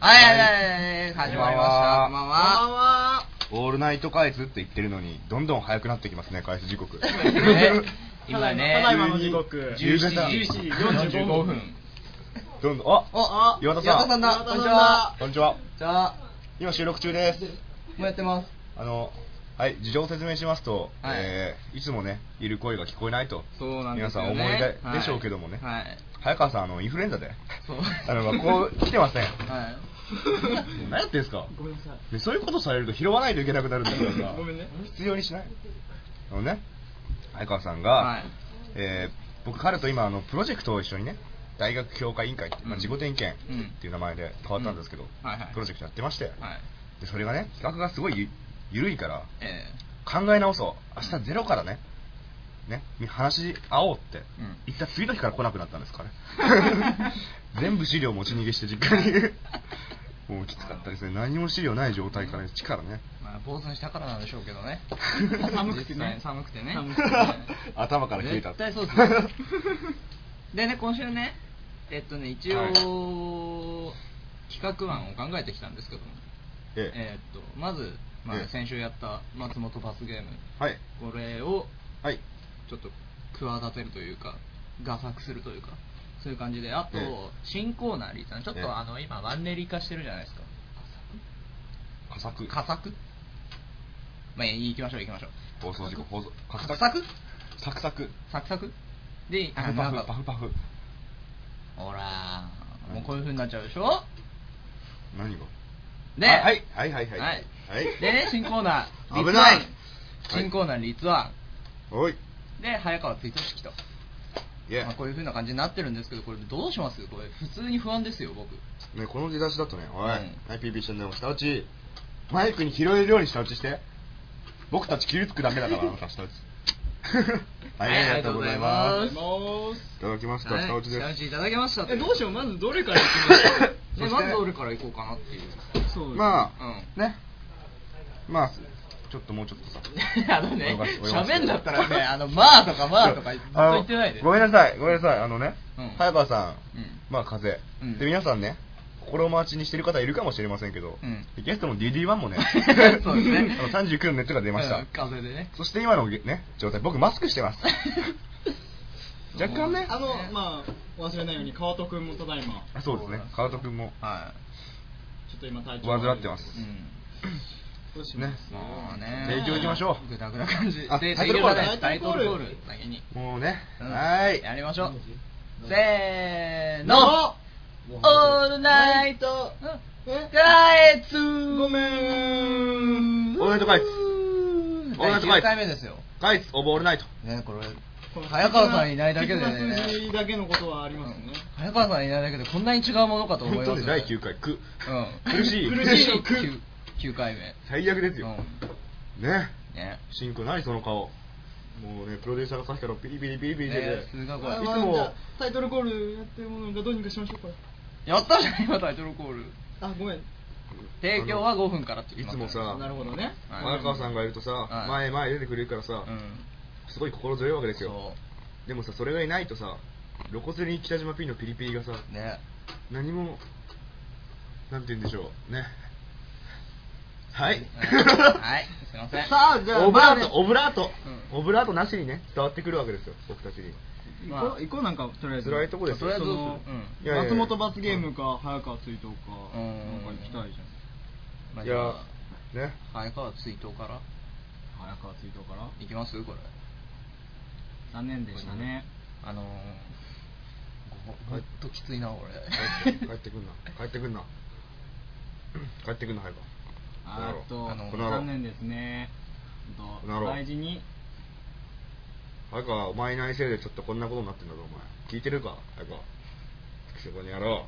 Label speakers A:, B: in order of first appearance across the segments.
A: はいはいはいはい、始まりました。こんばん
B: こんばんは
A: は。
B: オールナイト開通って言ってるのに、どんどん早くなってきますね、開通時刻。
A: ね
C: た
A: 今
C: だいま
A: ね、
C: ただいまの時刻
B: 夕方
C: 17時45分
B: どんどん、あ
A: お、あ、
B: 岩田さん
A: だ。こんにちは。
B: こんにちは。
A: じゃあ、
B: 今収録中です。
A: もうやってます。
B: あの、はい、事情を説明しますと、
A: はい
B: えーいつもね、いる声が聞こえないと。
A: そうなんですよね
B: 皆さん思い出
A: はい
B: でしょうけどもね。
A: はい
B: 早川さん、あの、インフルエンザで。
A: そう
B: あの、学校来てません。
A: はい。
B: 何やってんすか
C: ごめんなさい
B: ねそういうことされると拾わないといけなくなるんだからさ
C: ごめんね。
B: 必要にしないあのね相川さんが、
A: はい
B: えー僕彼と今あのプロジェクトを一緒にね大学評価委員会って、まあ、
A: うん
B: 自己点検
A: うん
B: っていう名前で変わったんですけど、
A: うんはいはい
B: プロジェクトやってまして、
A: はい
B: でそれがね企画がすごいゆ緩いから
A: え
B: 考え直そう明日ゼロからねね話し合おうって、
A: うん
B: 言った次の日から来なくなったんです かね全部資料持ち逃げして実家に もうきつかったですね何も資料ない状態から一からね
A: ー、まあ、坊主にしたからなんでしょうけどね
C: 寒くてね
A: 実際寒くてね。
C: 寒くて
B: 頭から冷えた
A: 絶対そうですよ。でね、今週ね、えっとね、一応、企画案を考えてきたんですけども。
B: え
A: え
B: え
A: ーっとまず、ま
B: ええ
A: あ、先週やった松本パスゲーム、
B: はい
A: これを
B: はい
A: ちょっと企てるというか画策するというかそういう感じであと、
B: ええ
A: 新コーナーリーさんちょっと、
B: ええ
A: あの今マンネリ化してるじゃないですか
B: 佳作
A: 画策まあいい行きましょう行きましょう
B: 放送事故放送
A: 画
B: 佳
A: 策
B: 作サクサク
A: サクサクで
B: パフ
A: な
B: パ
A: ん
B: フ
A: か
B: パフパフ
A: ほらもうこういう風になっちゃうでしょ
B: 何が
A: で、
B: あはいはいはいはい
A: はい
B: はい
A: でね新コーナー
B: 危ない
A: 立案新コーナー立案
B: おい
A: で早川追悼式と
B: いえ、
A: まあ、こういう風な感じになってるんですけどこれどうしますこれ普通に不安ですよ僕
B: ね、この出だしだとね、おい、
A: うん
B: はい、PP してんだよ、下打ち、マイクに拾えるように下打ちして、僕たち傷つくだけだから、あなた下打 ち。はい、ありがとうござい
A: あ
B: ま
A: りが
B: す。い
A: とう
C: ございます
B: ただきました、
A: はい
B: 下打ちです。
A: 下打ちいただきました
C: えどうしようまずどれからいきまし
B: そ
A: で
B: して
A: まず俺から行こうかなっていう
C: そうですね
B: まあ、
A: うん
B: ね、まあ、ちょっともうちょっとさ。
A: あのね
B: 泳がし泳がして
A: 喋んだったらねあのまあとかまあとかずっと言ってないで
B: あのごめんなさい、ごめんなさい、あのね、
A: うん
B: 早川さん、
A: うん
B: まあ、風邪、
A: うん
B: で、皆さんね、心待ちにしてる方いるかもしれませんけど、
A: うん、
B: ゲストの DD1 もね
A: そうですね
B: あの39の熱が出ました。
A: うん風でね
B: そして今のね、状態、僕マスクして ます。若干ね、
C: あのまあ忘れないように川戸君もただいま
B: あそうですね、川戸君も
A: は
C: ちょっと今体調悪い
B: 患ってます。
A: いうん
C: どうします
B: ね
A: まあね
B: 提供行きましょう
A: グダグダ感じ
B: あ
A: で
B: タイトルコール
A: 提供だタイトルコール先に
B: もうね、
A: うん
B: はーい。
A: やり
B: ま
A: ましょうせーの
C: の
A: オールナイトガエツ
C: ごめん
B: オールナイトガイツオールナイトガイツ
A: 9回目ですよ
B: ガイツ、オブオールナイト。
A: ねこれ早川さんいないだけで
C: 不思議
A: ね
C: な数字だけのことはありますね
A: 早川さんいないだけでこんなに違うものかと思い
B: 本
A: ます
B: 当
A: よ
B: に第9回、く。
A: うん
B: 苦しい。
C: 苦しいのく
A: 9 9回目
B: 最悪ですよ。ね。
A: うんね
B: シンク、何その顔。もうね、プロデューサーがさっきからピリピリピリピリして
A: ね
B: て
A: すごいこ
C: あ
A: れ
B: いつ
C: まあじゃ
B: も
C: あ、タイトルコールやってるものがどうにかしましょうか
A: やったじゃん今タイトルコール
C: あごめん
A: 提供は5分からって言っ
B: い
A: て
B: つ
A: ま
B: も
A: すから
B: さ、
C: なるほどね
A: はい
B: 前川さんがいるとさ、
A: はい
B: 前へ前へ出てくれるからさ
A: う、ん
B: すごい心強いわけですよ
A: そ。
B: でもさ、それがいないとさ、露骨に北島 P のピリピリがさ、
A: うね
B: 何もなんて言うんでしょうねはい
A: はいすいません
C: さあじゃあ
B: オブラ
C: ま
B: ー
C: あね
B: トオブラート、
A: う
B: オブラートなしにね伝わってくるわけですよ僕たちに
A: まあ
C: 行こう行こうなんかとりあえず
B: 辛いとこですよ
A: とりあえず
C: そ
A: うん
C: の
B: いやいやいや
C: 松本罰ゲームか早川追悼か
A: う
C: なん
A: ん
C: か行きたいじゃん
A: まあ
B: い
A: じゃ
B: や
A: あ
B: ね
A: 早川追悼から
C: 早川追悼から
A: いきますこれ
C: 残念でしたね
A: あのー、ほんときついな俺
B: 帰って帰っ てくんな帰ってくんな帰ってくんな早く
C: あーっと
A: あの
B: この野郎
C: 残念ですねほん
B: この野
C: と
B: 郎
C: 大事に
B: 早くお前いないせいでちょっとこんなことになってんだぞお前聞いてるか早くそこにやろ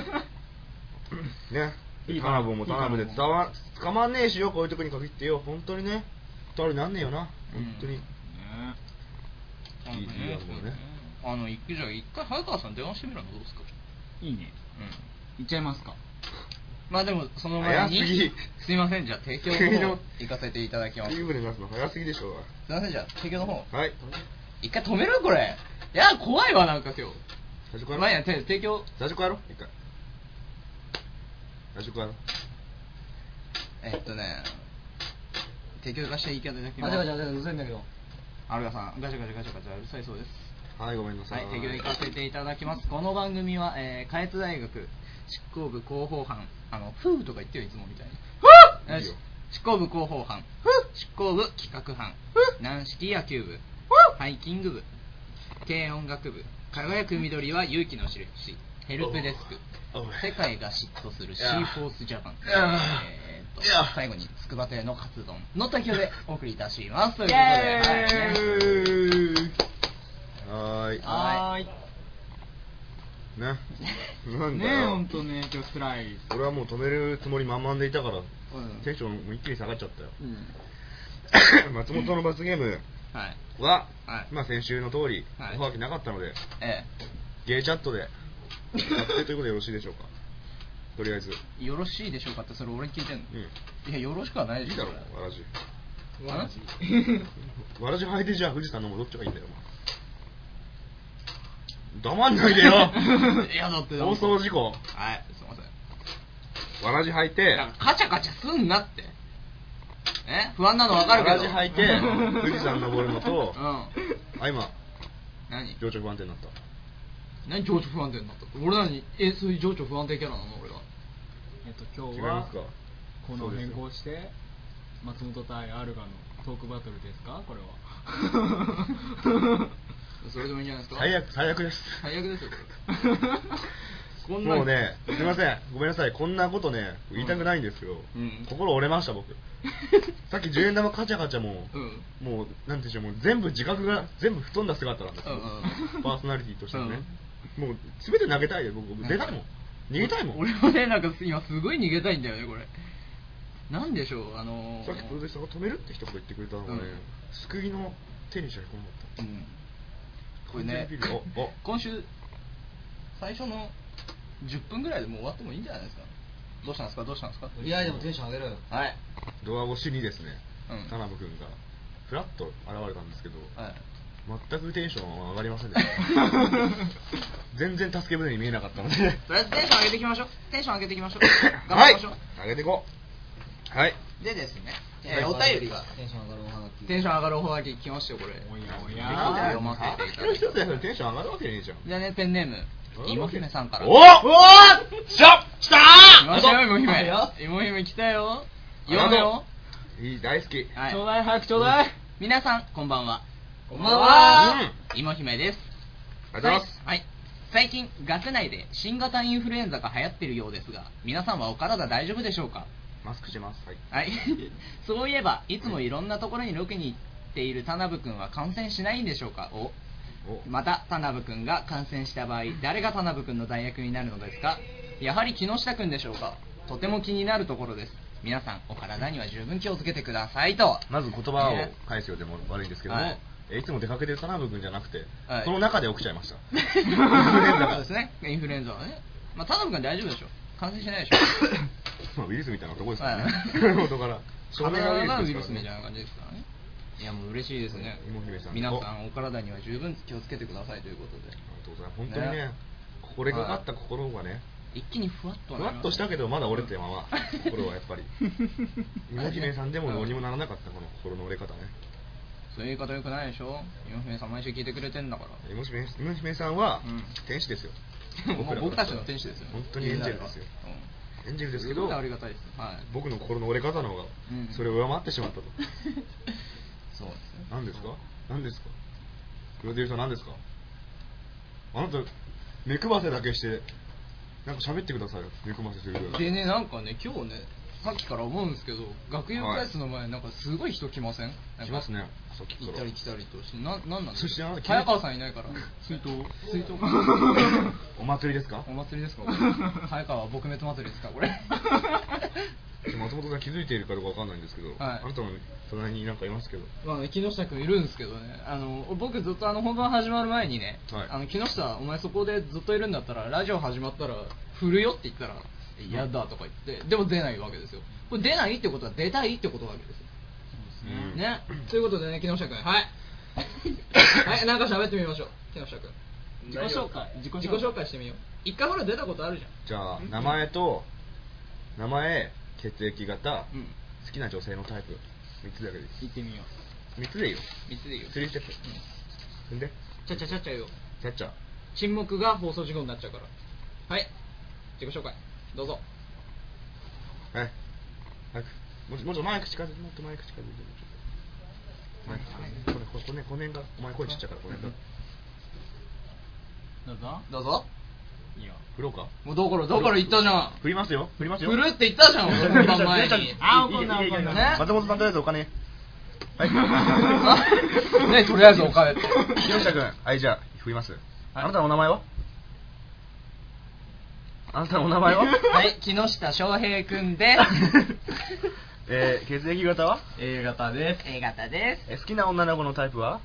B: うね
C: いい
B: タ
C: かな
B: ナブンもタナブンで
C: いいか
B: 伝
C: な
B: わ捕まんねえしよこういうとこに限ってよ本当にね二人なんねえよな
A: うん
B: 本当に、
C: ね
B: いいいいよもうね
A: あの一じゃあ一回早川さん電話してみるのどうですか
C: いいね
A: うん
C: 行っちゃいますか
A: まあでもその前に
B: 早すぎ
A: すいませんじゃあ提供
B: 提
A: の 方
B: 供
A: 行かせていただきますす
B: リ
A: い
B: ーブで出すの早すぎでしょ
A: ませんじゃあ提供の方
B: おいはい
A: 一回止めるこれいや怖いわなんか今日
B: 最初から
A: まあいいやて提供
B: 最初からやろう一回外食は
A: えっとね提供出していただきま
D: ガチ
A: す
D: ャガチャガチャうるさいんだけど
A: アルガさんガチャガチャガチャガチャうるさいそうです
B: はいごめんなさい
A: はい、提供行かせていただきます。この番組は、えー、下越大学執行部広報班、あの、ふうとか言ってよ、いつもみたいに。ふ
B: いいよ
A: 執行部広報班、執行部企画班、軟式野球部、ハイキング部、軽音楽部、輝く緑は勇気の印、ヘルプデスク
B: おうおう、
A: 世界が嫉妬するシ
B: い
A: ー
B: や
A: フォースジャパン、
B: いや
A: えーと
B: いや
A: 最後に筑波亭のカツ丼の提供でお送りいたします。ということで、
B: はーい
A: はい
B: ねなんだ
C: ねえ
B: よ
C: ほんとね今日辛いです
B: 俺はもう止めるつもり満々でいたから、
A: うん
B: テンションもう一気に下がっちゃったよ
A: うん
B: 松本の罰ゲーム
A: はい。
B: は、
A: はい
B: まあ先週の通り、
A: はい
B: おはがきなかったので
A: え
B: ゲイチャットで確定ということでよろしいでしょうかとりあえず
A: え、よろしいでしょうかってそれ俺に聞いてんの、
B: う
A: いやよろしくはない
B: い
A: で
B: い
A: し
B: だ
A: ょ
B: ろ
A: そ
B: わ
A: れ
B: らじ
A: わら
B: わらじ履いてじゃあ富士山のもどっちがいいんだよお前黙んないでよ
A: いやだって
B: 放送事故
A: はいすいません
B: わらじ履いて
A: なんかカチャカチャすんなってえ不安なの分かるけど
B: わらじ履いて 富士山登るのと
A: うん
B: あ今
A: 何
B: 情緒不安定になった
A: 何情緒不安定になった俺何えそういう情緒不安定キャラなの俺は
C: えっと
B: 違
C: 今日
B: いま
C: は
B: すか
C: この変更して松本対アルガのトークバトルですかこれ は
A: それでもいいんじゃないですか
B: 最悪最悪です
A: 最悪ですよ これこんな
B: もうねすいませんごめんなさいこんなことね言いたくないんですけど、
A: うん
B: 心折れました僕 さっき10円玉カチャカチャも、もうなんていうんでしょうもう全部自覚が全部吹っ飛んだ姿なんですよ、
A: うんうん
B: パーソナリティとしてはね、もう全て投げたいよ僕僕出たいもん逃げたいもん
A: 俺はねなんか今すごい逃げたいんだよねこれなんでしょうあのー
B: さっきプロデューサーが止めるって一言言ってくれたのがね、
A: うん
B: 救いの手にしか引っ込なかった、
A: うんこれね
B: 完全にビビるおお
A: 今週最初の10分ぐらいでもう終わってもいいんじゃないですかどうしたんですかどうしたんですか
D: いやでもテンション上げろよ
A: はい
B: ドア越しにですね、
A: うん
B: 田辺君がふらっと現れたんですけど、
A: はい
B: 全くテンションは上がりませんでした 全然助け舟に見えなかったので
A: とりあえずテンション上げていきましょうテンション上げていきましょう頑張りましょう、
B: はい、上げていこうはい
A: でですね、えーお便りが
D: テンション上がるおはがき
A: テンション上がるおはがき来ましたよこれ
C: おやお
A: い
C: や
A: や
B: あ
A: 読ませていただき
B: 一つ
A: ま
B: ですもテンション上がるわけねえじゃん
A: じゃあねペンネーム芋姫さんから
B: おおっしゃ来た
A: 来ましたよ芋姫
D: あ
A: 芋姫来たよ
B: ありが
A: 読
B: とう
A: めよ
B: いい大好き
A: はい
C: ちょうだい早くちょうだい
A: 皆さんこんばんは
D: こんばんは
A: 芋姫です
B: ありがとうございます
A: はい、最近学内で新型インフルエンザが流行ってるようですが皆さんはお体大丈夫でしょうか
B: マスクしてますはい
A: はい そういえばいつもいろんなところにロケに行っている田辺君は感染しないんでしょうかお
B: お
A: また田辺君が感染した 場合誰が田辺君の代役になるのですかやはり木下君でしょうかとても気になるところです皆さんお体には十分気をつけてくださいと
B: まず言葉
A: ね
B: を返すようでも悪いんですけども、
A: はい
B: えいつも出かけてる田辺君じゃなくて、
A: はい
B: その中で起きちゃいま した
A: インフルエンザそうですねインフルエンザはねまあ田辺君大丈夫でしょ感染しないでしょ
B: まあウイルスみたいなとこですから
A: は
B: ね
A: い
B: 元から
A: 少年がウイルスみたい
B: ですから
A: な
B: ね
A: 感じですからねいやもう嬉しいですね
B: 芋姫さん
A: 皆さんお体には十分気をつけてくださいということで
B: ありがとうございます本当にねこれがかった心がね、
A: 一気にふわっと
B: ふわっとしたけどまだ折れてるま ま
A: これ
B: 心はやっぱり芋姫さんでもどうにもならなかったこの心の折れ方ね
A: そういう言い方よくないでしょ今姫さん毎週聞いてくれてんだから
B: 芋姫芋姫さんは
A: うん
B: 天使ですよ、
A: もう僕たちの天使ですよ
B: 本当にエンジェルですよエンジェルです
A: す
B: けど
A: ごいありがたいですはい
B: 僕の心の折れ方の方が
A: うん
B: それを上回ってしま ったと、
A: そうですね
B: 何ですか何ですかプロデューサー何ですかあなた目配せだけしてなんか喋ってくださいよ目配せするぐらい
A: でねなんかね今日ねさっきから思うんですけど学友会室の前、なんかすごい人来ませんなんか
B: 来ますねさっきから
A: 行ったり来たりとしてななんなんです
B: そしてあな
A: か
B: た
A: 早川さんいないから
C: 水筒
A: 水筒
B: お祭りですか
A: お祭りですかこれ早川撲滅祭りですかこれ
B: 松本さん気づいているかどうかわかんないんですけど、
A: い
B: あなたの隣になんかいますけど
A: まあね、木下君いるんですけどねあの僕ずっとあの本番始まる前にね、
B: はい
A: あの木下お前そこでずっといるんだったらラジオ始まったら振るよって言ったら嫌だとか言ってでも出ないわけですよこれ出ないってことは出たいってことなわけですよ
B: うん
A: ね、ということでね、木下君、 はい。はい、なんか喋ってみましょう、木下君。
C: 自己紹介
A: 自己紹介してみよう。一回ほら出たことあるじゃん。
B: じゃあ名前と名前血液型、
A: うん
B: 好きな女性のタイプ3つだけです
C: 行ってみよ
B: 3つでいいよ
A: 3つでいいよ
B: 3ステップ踏んで
A: ちゃちゃちゃちゃよ
B: キャッチャー
A: 沈黙が放送事故になっちゃうからはい自己紹介どうぞ
B: はい早くもうちょもうちょっとマイク近づいてもっとマイク近づいてもうちょっとマイク近づいてこれこれこれこの辺がお前声ちっちゃいからこの辺が
C: うど
A: ど
C: うぞ
A: うぞ
C: いいよ
B: 振ろうか
A: もうどころどころ言ったじゃん
B: 振りますよ振りますよ
A: 振るって言ったじゃん俺本番 前に
C: あ怒んな怒んな
A: ね
B: 松本さんとりあえずお 金はい
A: あねとりあえずお金って
B: 木下君はいじゃあ振ります、あなたのお名前はあなたのお名前は
A: はい木下翔平くんです
B: えー、血液型は、
E: A 型です
A: A 型です
B: えー好きな女の子のタイプは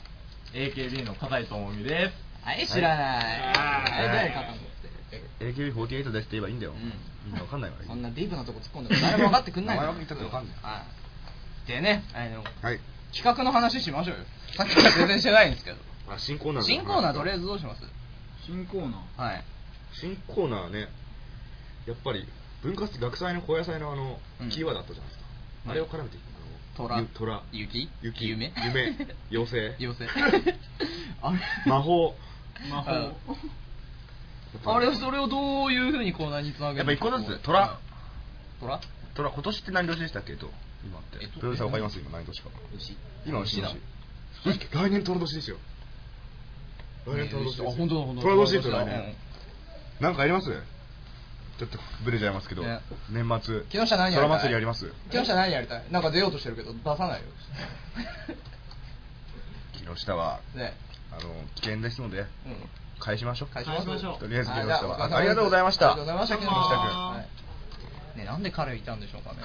E: AKB の片井智美です
A: はい知らない
B: はい
A: はい誰
B: は
A: か
B: い
A: と思って
B: AKB48 ですって言えばいいんだよ、
A: うん
B: みんなわかんないわ
A: そんなディープなとこ突っ込んで も誰も分かってくんない
B: 名前分かってくんない
A: はいでねあの
B: はい
A: 企画の話しましょうよさっきから全然してないんですけど
B: あ新コーナーだ
A: 新コーナーとりあえずどうします
C: 新コーナー
A: はい
B: 新コーナーねやっぱり文化祭学祭の高野祭のあの、
A: うん
B: キーワードあったじゃないですか、
A: うん
B: あれを絡めてあの
A: 虎
B: ゆ虎
A: 雪
B: 雪
A: 夢
B: 夢妖精
A: 妖精あれ
B: 魔法
C: 魔法
A: あれそれをどういうふうにコーナーにつなげる
B: やっぱ一個ずつ虎
A: 虎
B: 虎今年って何年でしたっけと今って
A: えっと
B: 豊田さんわかります今何年か
A: 牛
B: 今の
A: 牛
B: 年
A: だ
B: え来年虎年ですよ来年虎年ですよ
A: あ本当だ本当だ
B: 虎年ですよ来
A: うん
B: 年なんかありますちょっとブレちゃいますけど
A: ね
B: 年末
A: 木下何やりたい
B: 虎祭りあります
A: 木下何やりたいなんか出ようとしてるけど出さないよ
B: 木下は
A: ね
B: あの危険ですので
A: うん
B: 返しましょう
A: 返しましょう
B: とりあえず木
A: はい
B: 下
A: じゃお疲れ様です
B: はありがとうございました
A: ありがとうございました木
B: 木
A: 下
B: 下
A: 君
B: 君
A: はいねなんで彼いたんでしょうかね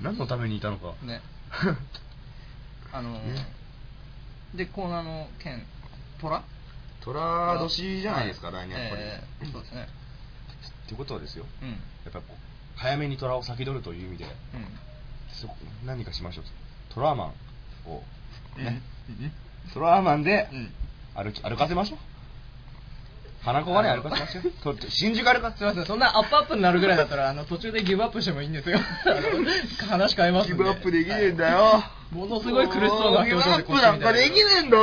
B: 何のためにいたのか
A: ねあのー
B: ね
A: でコーナーの件虎
B: 虎年じゃないですか
A: は
B: 来年やっぱり
A: ええそうですね
B: ってことはですよ
A: うん
B: やっぱこう早めに虎を先取るという意味で
A: うん
B: そ何かしましょうトラーマンを、ね、トラーマンで
A: うん
B: 歩き歩かせましょう花子がね歩かせま しょうと新宿歩か
A: す
B: せ
A: いませんそんなアップアップになるぐらいだったらあの途中でギブアップしてもいいん ですよあの話変えますん
B: ギブアップできねえんだよ
A: はいものすごい苦しそうな表情で
B: ギブアップなんかできねえんだよ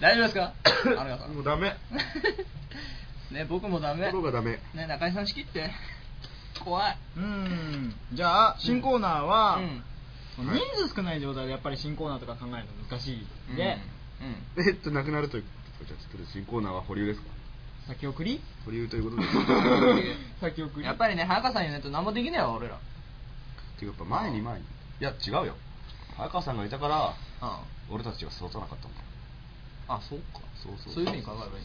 A: 大丈夫ですかアルガさん
B: もうダメ
A: ね僕もダメ
B: 僕がダメ
A: ね中井さん仕切って怖いう
C: ーんじゃあ新コーナーは、
A: うん
C: 人数少ない状態でやっぱり新コーナーとか考えるの難しいんで、
A: うんうん
B: えっとなくなるというじゃあちょっと新コーナーは保留ですか
C: 先送 り
B: 保留という ことです
C: 先送り
A: やっぱりね早川さんいないと何もできないわ俺ら
B: ていうかやっぱ前に前にいや違うよ早川さんがいたから
A: あ
B: 俺たちが育たなかったんだよ
A: あそうか
B: そうそう
A: そういうふうに考えればいい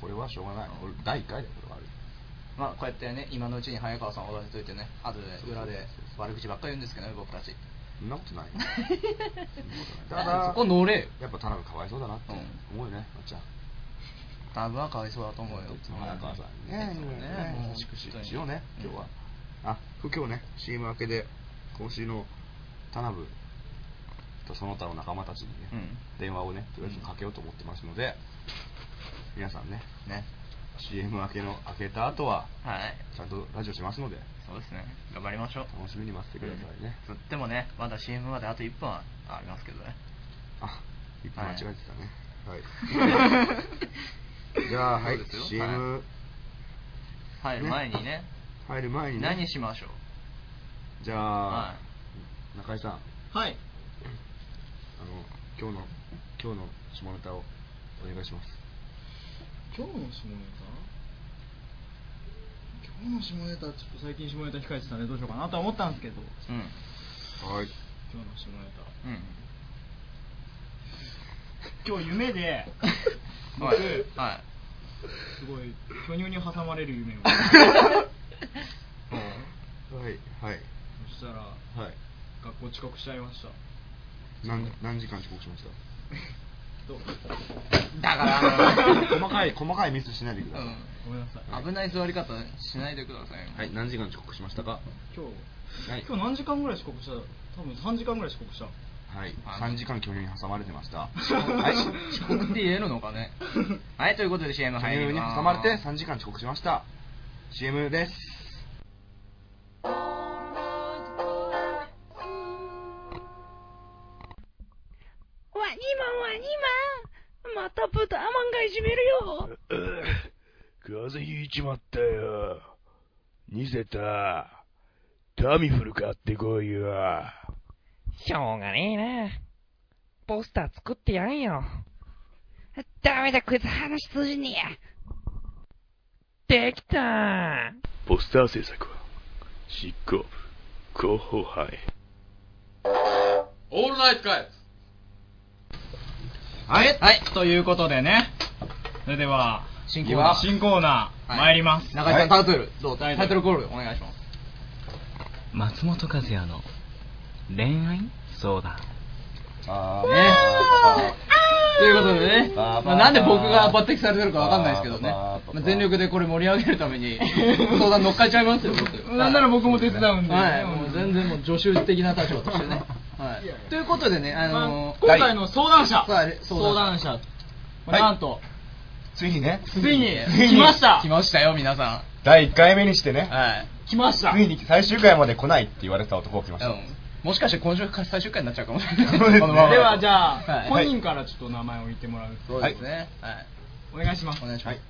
B: これはしょうがない
A: うん
B: 俺第1回だよこれはある
A: まあこうやってね今のうちに早川さんを踊らせといてね後で裏で悪口ばっかり言うんですけどね僕た ち
B: そんなことないよそんなこと ないただ
A: そこ乗れよ
B: やっぱ田辺かわいそうだなって思うよねまっちゃん
A: 多分はかわいそうだと思うよ
B: いつも早川さんね
A: そう
B: ね優しくししようね今日はあ今日ね CM 明けで今週の田辺とその他の仲間たちにね、
A: うん
B: 電話をねとりあえずかけようと思ってますので、皆さんね
A: うんね
B: CM 明けの明けた後は
A: はい
B: ちゃんとラジオしますので
A: そうですね頑張りましょう
B: 楽しみに待っててくださいね、
A: うんつってもねまだ CM まであと1分はありますけどね
B: あ一分間違えて たね
A: は
B: はい、
A: い
B: じゃあは
A: そ
B: いう
A: ですよ
B: CM
A: 入る前にね
B: 入る前にね
A: 何しましょう
B: じゃあ、
A: は
B: 中井さんあの
C: はい
B: 今日の今日の下ネタをお願いします
C: 今日の下ネタ今日の下ネタちょっと最近下ネタ控えてたんでどうしようかなとは思ったんですけど
A: うん
B: はい
C: 今日の下ネタ
A: うん
C: 今日夢で 僕
A: はいはい
C: すごい巨乳に挟まれる 夢を
B: はいはい
C: そしたら
B: はい
C: 学校遅刻しちゃいました
B: 何何時間遅刻しました
C: どう
A: だから
B: 細かい細かいミスしないでください、
A: う
C: ごめんなさい
A: ん危ない座り方しないでください
B: はい何時間遅刻しましたか
C: 今日、
B: はい
C: 今日何時間ぐらい遅刻した多分3時間ぐらい遅刻した
B: はい
A: あの
B: 3時間巨乳に挟まれてました
A: はい遅刻って言えるのかねはいということで CM
B: 巨
A: 入
B: 乳
A: り
B: に
A: ます
B: 挟まれて3時間遅刻しました CM です
F: わにまわにままた豚マンがいじめるよ
G: 風邪ひいちまったよ。ニセタ、タミフル買ってこいよ。
H: しょうがねえな。ポスター作ってやんよ。ダメだ、こいつ話通じねえ。できた
G: ポスター制作は、執行部、広報班へ。
E: オールナイトかい
A: はい、はい、
C: ということでねそれでは
A: 新コーナー
C: 新コーナー、
A: はい
C: 参ります
A: 中井さんタイトル、どうぞ
C: タ
A: タ
C: イトル
A: イトルコールお願いします
H: 松本和也の恋愛相談。
B: あ
A: ねということでね、
B: バーバー
A: まあ、なんで僕が抜擢されてるかわかんないですけどね、
B: バーバーバー
A: まあ、全力でこれ盛り上げるために相談乗っかっちゃいますよ僕
C: なんなら僕も手伝うんで、
A: はい、もう全然もう助手的な立場としてね、はい
C: やいや、
A: ということでね、あ
C: まあ
A: のー
C: 今回の相談者、
A: はいはい
C: 相談者、まあ
B: はい
C: なんと
B: ついにね
C: ついに来ました
A: 来ましたよ皆さ
B: 第1回目にして
A: んはい
C: 来ました
B: ついに最終回まで来ないって言われてた男が来まし
A: う
B: た
A: んもしかして今週から最終回になっちゃうかもしれない
B: そうですね
A: このままだと
C: ではじゃあ、
A: はい
C: 本人からちょっと名前を言ってもらう、
A: そうですねはい
C: お願いします
A: お願いします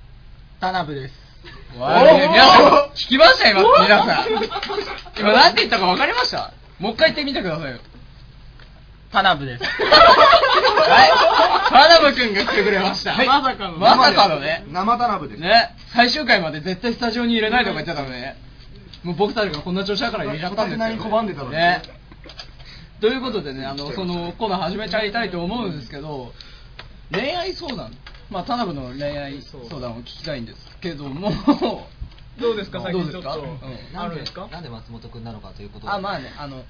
C: 田辺です
A: わあね皆さん聞きました今皆さん今なんて言ったか分かりましたもう一回言ってみてくださいよ
C: 田 辺です
A: はい花部君が来てくれました
C: はいまさかの
A: まさかのね
B: 生田ラブです
A: ね最終回まで絶対スタジオに入れないとか言っちゃダメねもう僕たちがこんな調子だから入れちゃったんですよ
B: こたつ何拒んでたのに
A: ねということでねあのそのコーナー始めちゃいたいと思うんですけど恋愛相談まあ田辺の恋愛相談を聞きたいんですけども
C: どうですか最
A: どう
C: 近
A: で
C: ちょ
A: すか
C: っと、
A: うん
C: あるんですか
D: なんで松本くんなのかということで
A: あまあねあの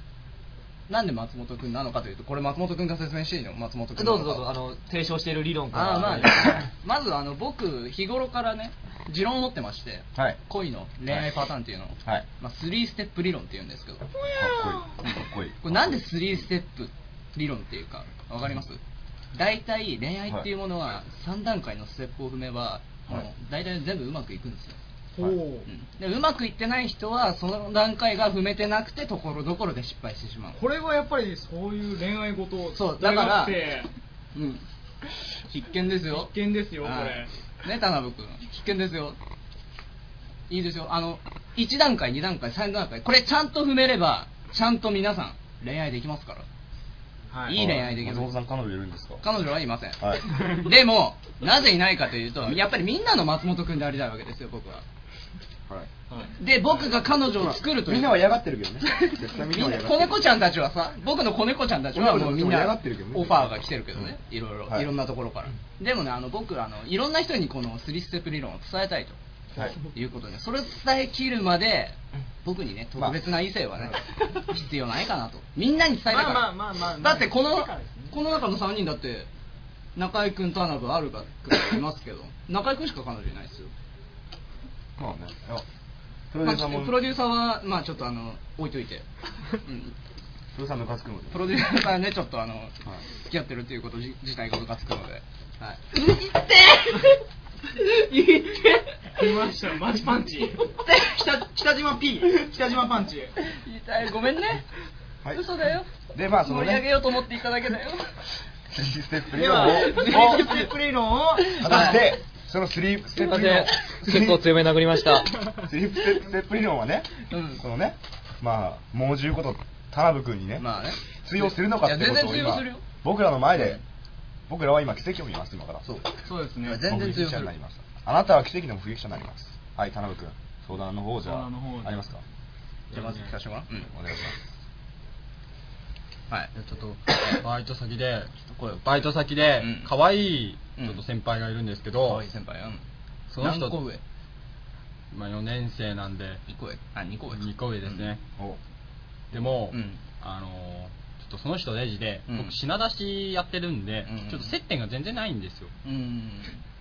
A: なんで松本君なのかというとこれ松本君が説明していいの松本君
D: どうぞどうぞあの提唱している理論から
A: あーまあね、 まずあの僕日頃からね持論を持ってまして、
B: はい
A: 恋の恋愛パターンっていうのを、
B: はい
A: まあ、3ステップ理論っていうんですけどこ
B: かっこいいかっこいい
A: れなんで3ステップ理論っていうかわかります大体恋愛っていうものは3段階のステップを踏めば、もう大体全部うまくいくんですよ、
C: ほう、
A: うんでうまくいってない人はその段階が踏めてなくてところどころで失敗してしまう
C: これはやっぱりそういう恋愛事を
A: そうだから
C: 大学
A: うん必見ですよ
C: 必見ですよ
A: はい
C: これ
A: ね田辺君必見ですよいいですよあの1段階2段階3段階これちゃんと踏めればちゃんと皆さん恋愛できますから
C: 生はい
A: いい恋愛できます
B: 松本さん彼女いるんですか
A: 彼女はいません、
B: はい
A: でもなぜいないかというとやっぱりみんなの松本君でありたいわけですよ僕は
B: はい
A: で僕が彼女を作るという
B: みんなは嫌がってるけどね絶対みんな
A: みん
B: は嫌がってる
A: な子猫ちゃんたちはさ僕の子猫ちゃんたちはもうみん
B: 俺らも嫌
A: な
B: が
A: オ
B: っ
A: フ
B: てるけどね
A: ァーが来てるけどねいろいろ
B: はい
A: いろんなところからでもねあの僕あのいろんな人にこの3ステップ理論を伝えたいと
B: はい
A: いうことでそれを伝えきるまで僕にね
B: まあ
A: 特別な異性はね、必要ないかなとみんなに伝えたいから、
C: まあまあまあまあまあ
A: だってこの
C: だからですね
A: この中の3人だって中居君と田辺あるかいますけど中居君しか彼女いないですよ
B: まあねあプロデューサー
A: ま
B: も
A: あプロデューサーはまあちょっとあの置いといて、うん
B: プロデューサームカつくので
A: プロデューサーねちょっとあの、付き合ってるということじ自体がムカつくので、はい、言って言って
C: 来ましたマジパン チ北北島 P 北島パンチ
A: 言いたいごめんね、
B: はい
A: 嘘だよ
B: でまあそのね
A: 盛り上げようと思っていただけだよ
B: 3ステップ理
C: で
B: 論
C: は
B: を
C: ステッ プ理論を
B: 果たしてその3ステップ理論
D: 結構強め殴りました
B: 3ステップ理論はね
A: うん
B: このねまあ猛獣こと田辺君にね
A: まあね
B: 通用するのかってこ
A: いや
B: と
A: 全
B: を
A: 然通用
B: 今
A: するよ
B: 僕らの前
A: う
B: で
A: ん
B: 僕らは今奇跡を見ます今から
A: そう
C: そうですね
A: いや全然
B: 目撃
A: 強
B: 者に
A: く
B: なりますあなたは奇跡の目撃者になりますはい田辺君相談の方じゃ
C: 相
B: あ
C: 談の方で
B: ありますか
A: じゃあまず聞かせてもらう、うん
B: お願いし
A: はい
D: ちょっとバイト先でこれバイト先で
A: うん
D: 可愛い
A: うん
D: ちょっと先輩がいるんですけ
A: か
D: ど
A: わいい先輩うん
D: その人
A: 何個上
D: まあ4年生なんで
A: 1個上あ2個上
D: 2個上ですね
B: ますお
D: でも
A: うん
D: あのーちょっとその人レジで
A: うん
D: 僕品出しやってるんで
A: うん
D: ちょっと接点が全然ないんですよ
A: うんうん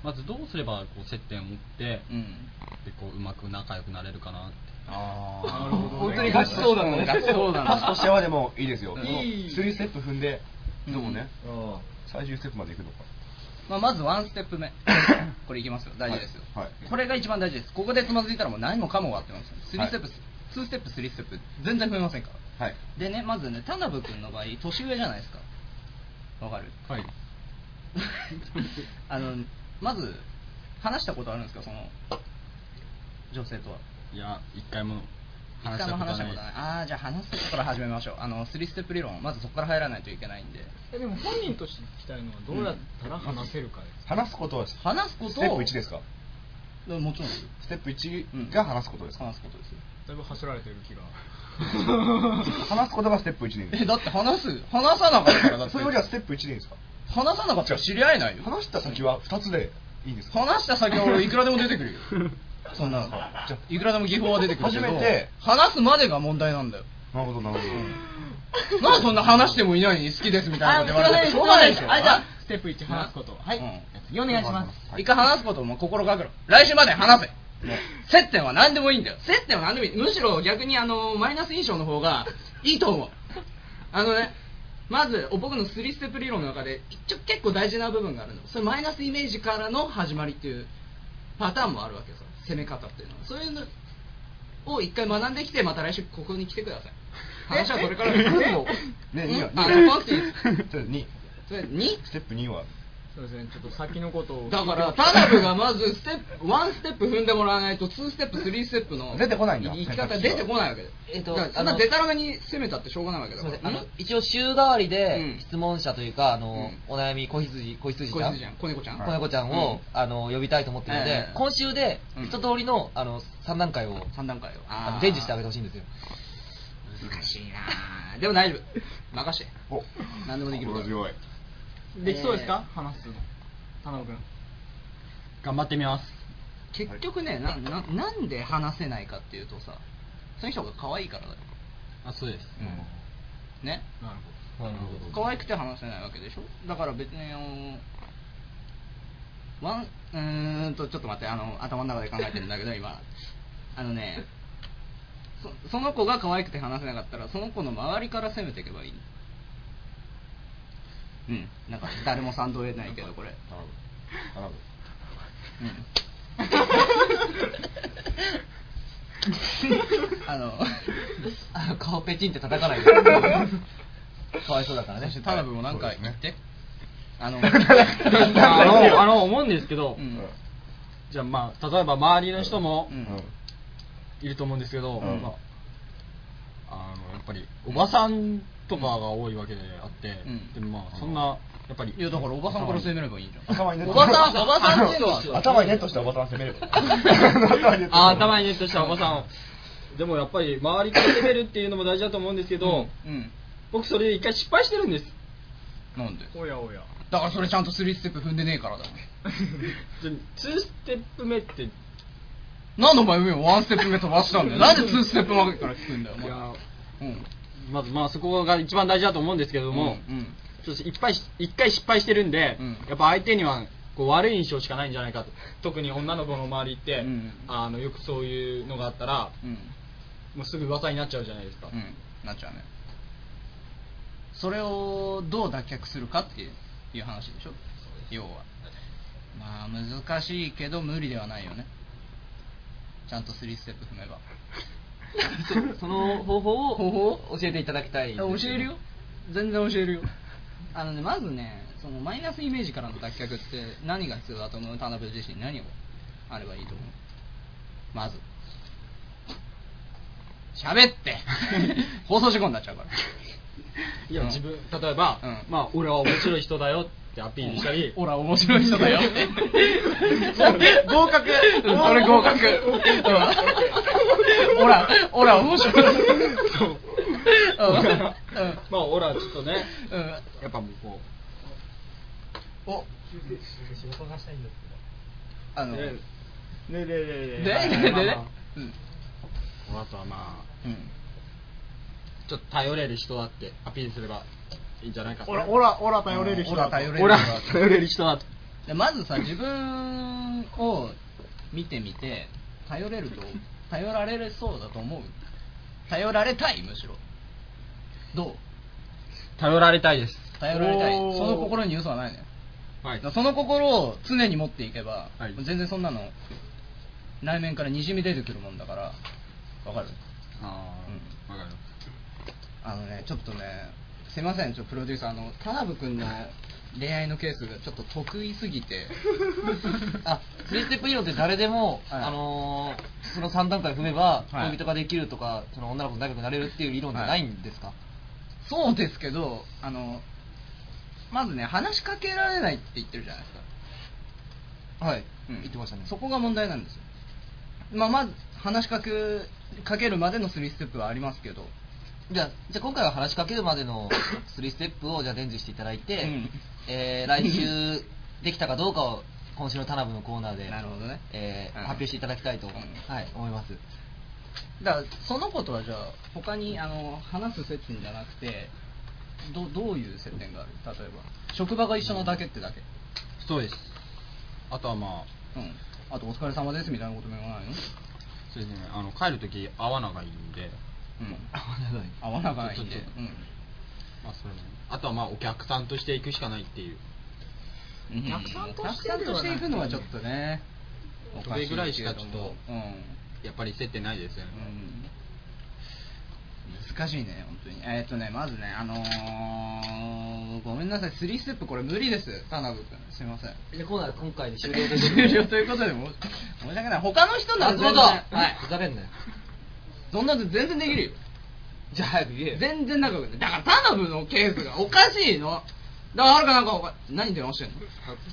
D: まずどうすればこう接点を持って
A: うん
D: でこううまく仲良くなれるかなって
B: あ
C: 本当
A: に
B: に
A: ガチ相談だね
B: パスとしてはでもいいですよ
A: うん
B: 3ステップ踏んででもね、
D: うん
B: 最終ステップまで行くのか。
A: まあ、まずワンステップ目これいきますよ大事ですよ、
B: はいはい
A: これが一番大事ですここでつまずいたらもう何もかも終わってます3ステップ、
B: は
A: 2ステップ3ステップ全然踏めませんから
B: はい。
A: でねまずね田辺君の場合年上じゃないですかわかる
D: はい
A: あのまず話したことあるんですかその女性とはい
D: や一回も
A: 一回も話したことない
D: い
A: ああーじゃあ話すとこから始めましょうあの3ステップ理論まずそこから入らないといけないんで
C: えでも本人として聞きたいのはどうやったら話せるかです、
B: 話すことは、ス
A: 話すことを
B: テップ1ですか
A: だもちろんですよ
B: ステップ
A: うん
B: 1が話すことですか、
A: 話すことですよ
C: だいぶ走られてる気 が
B: 話すことがステップ1でいいんです
A: えだって話す話さなかったらだって
B: それよりはステップ1でいいんですか
A: 話さなかったら知り合えないよ
B: 話した先は2つでいいんですか
A: 話した先は俺いくらでも出てく るよそんなの
B: じゃ
A: いくらでも技法は出てくるけど
B: 初めて
A: 話すまでが問題なんだよ
B: なるほど、なるほど。
A: なんでそんな話してもいないのに好きですみたいなこと言われてもしょうがないでしょ
C: ステップ1話すことはい、
A: うん
C: 次お願いします
B: は
A: 一
B: い
A: 回話すことをもう心がけろ来週まで話せもう接点は何でもいいんだよ接点は何でもいいむしろ逆にあのマイナス印象の方がいいと思うあのねまずお僕の3ステップ理論の中で一応結構大事な部分があるのそれマイナスイメージからの始まりっていうパターンもあるわけさ攻め方っていうのはそういうのを一回学んできてまた来週ここに来てください話はこれから ですもう
B: ね、
A: ん
B: 2は、
A: あ
B: 2
A: 来なくていいです
B: 2。
A: それ2
B: ステップ2は、
C: そうですねちょっと先のことを
A: だから田辺がまずステップ1ステップ踏んでもらわないと2ステップ3ステップの
B: 出てこないんだ
A: 生き方出てこないわけで、
I: えっと
A: だからそんな
I: あの
A: でたらめに攻めたってしょうがないわけだ
I: す
A: か
I: みま
A: ら
I: せんあの
A: ん
I: 一応週替わり
A: うん
I: で質問者というかあの、
A: うん
I: お悩み子羊子羊ち
A: 小
I: ゃん
A: 泉ちゃん小猫ちゃん
I: 子猫ちゃんを、あの呼びたいと思ってるので、
A: ええ
I: 今週で
A: うん
I: 一通りのあの3段階を
A: 3段階を
I: あの
A: ー
I: 伝授してあげてほしいんですよ
A: 難しいなぁでも大丈夫任して
B: お
A: 何でもできるから
B: 心強い。
C: できそうですか、話すの田辺君
D: 頑張ってみます
A: 結局ねなななんで話せないかっていうとさその人が可愛いからだよ
D: あそうです
A: ね
C: なる
D: なるほ
A: 可愛くて話せないわけでしょだから別にあのワンうーんとちょっと待ってあの頭の中で考えてるんだけど今あのねそその子が可愛くて話せなかったらその子の周りから攻めていけばいいうんなんか誰も賛同得ないけどこれ
B: なるほど。なる
A: うん あの
I: あの顔ペチンって叩か ないでかわいそうだから
A: そ
I: ね
A: して田辺もなんか言って、あ の
D: あのあの思うんですけど、
A: うん
D: じゃあまあ例えば周りの人も
A: うん
B: ほど。
D: いると思うんですけど、
B: うん
D: まあ、あのやっぱりおばさんとかが多いわけであって、
A: うん
D: でもまあそんなやっぱり
A: いやだからおばさんから攻めればいいじゃん
B: 頭にネット
A: おばさんおばさんっていうの
B: あの
A: は
B: 頭にネットしたおばさんを攻め る。頭にネット
D: あー頭にネットしたおばさんをでもやっぱり周りから攻めるっていうのも大事だと思うんですけど、
A: うん
D: 僕それで一回失敗してるんです
A: なんで
C: ほどおやおや
A: だからそれちゃんと3ステップ踏んでねえからだ
D: 2ステップ目って
A: なんでお前上を1ステップ目飛ばしたんだよなんで2ステップ負けから聞くんだよお前
D: いや
A: うん
D: まずまあそこが一番大事だと思うんですけども、
A: うん
D: ちょっといっぱいし一回失敗してるんで、
A: うん
D: やっぱ相手にはこう悪い印象しかないんじゃないかと特に女の子の周りって、
A: うん
D: あのよくそういうのがあったら
A: うんうん
D: もうすぐ噂になっちゃうじゃないですか、
A: うんなっちゃうねそれをどう脱却するかっていういう話でしょ要はまあ難しいけど無理ではないよねちゃんと3ステップ踏めば
I: そその方法を
A: 方法を
I: 教えていただきたいです
A: 教えるよ全然教えるよ あのねまずねそのマイナスイメージからの脱却って何が必要だと思う田辺自身何をあればいいと思うまず喋って 放送事故になっちゃうから
D: いや自分例えば、
A: うん
D: まあ俺は面白い人だよってアピールしたり
A: ほら面白い人だよって
D: 合格
A: それ合格ほらほら面白い
D: そう
A: うんうん
D: まあ俺はちょっとね
A: うん
D: やっぱもうこ
A: おあ
D: う
A: の
D: ね
A: で
D: ねねね
A: で
D: ね
A: ででうん
D: まあまああとはまあ
A: うん
D: ちょっと頼れる人だってアピールすればいいんじゃないか
C: オラオラオラ頼れる人
A: オラ頼れる人
D: 俺は頼れる人だと
A: でまずさ自分を見てみて頼れると頼られそうだと思う頼られたいむしろどう
D: 頼られたいです
A: 頼られたい
B: おー
A: その心に嘘はないのよ
B: はい
A: その心を常に持っていけば、
B: はい
A: 全然そんなの内面からにじみ出てくるもんだからわかる
B: あ
A: う
B: あ、わかる。
A: あのねちょっとねすいませんちょプロデューサーあの田辺君の恋愛のケースがちょっと得意すぎ て
J: あ
A: スリーステップ理論って誰でも、あのーその3段階踏めば
J: はい
A: 恋人ができるとか、その女の子と仲良くなれるっていう理論じゃないんですか、そうですけどあのまずね話しかけられないって言ってるじゃないですかはい、言ってましたねそこが問題なんですよ、まあ、まず話しかけかけるまでの3ステップはありますけどじゃあじゃあ今回は話しかけるまでの3ステップをじゃあ伝授していただいて、
J: うん
A: えー来週できたかどうかを今週の田辺のコーナーで
J: なるほどね
A: えー
J: うん
A: 発表していただきたいと、
J: うん
A: はい、思いますだからそのことはじゃあ他にあの話す接点じゃなくてどどういう接点がある例えば職場が一緒のだけってだけ、
D: そうですあとはまあ
A: うんあとお疲れ様ですみたいなことも言わないの
D: そうですねあの帰るとき会わながいいんで
A: うん合わなくないんで、うん
D: まあそれもあとはまあお客さんとして行くしかないっていう
A: うん、
C: たくさんとして
A: たくさんとしていくのはちょっとねお
D: それぐらいしか
A: け
D: ち
A: ど
D: ょっ
A: もう
D: と
A: ん
D: やっぱり接点ないですよね、
A: うん難しいね、本当に。えーっ、とね、まずね、あのー、ごめんなさい、3ステップこれ無理です、田辺君。すいません。
J: でコーナー今回で終了と
A: 終了ということで、もう申し訳ない。他の人なら
J: 松本
A: はい。
J: ふざけんなよ
A: そんなの全然できるよ。
J: じゃあ早く言えよ
A: 全然仲良くない。だから田辺のケースがおかしいの。だから、はるかなんかおか、何電話してんの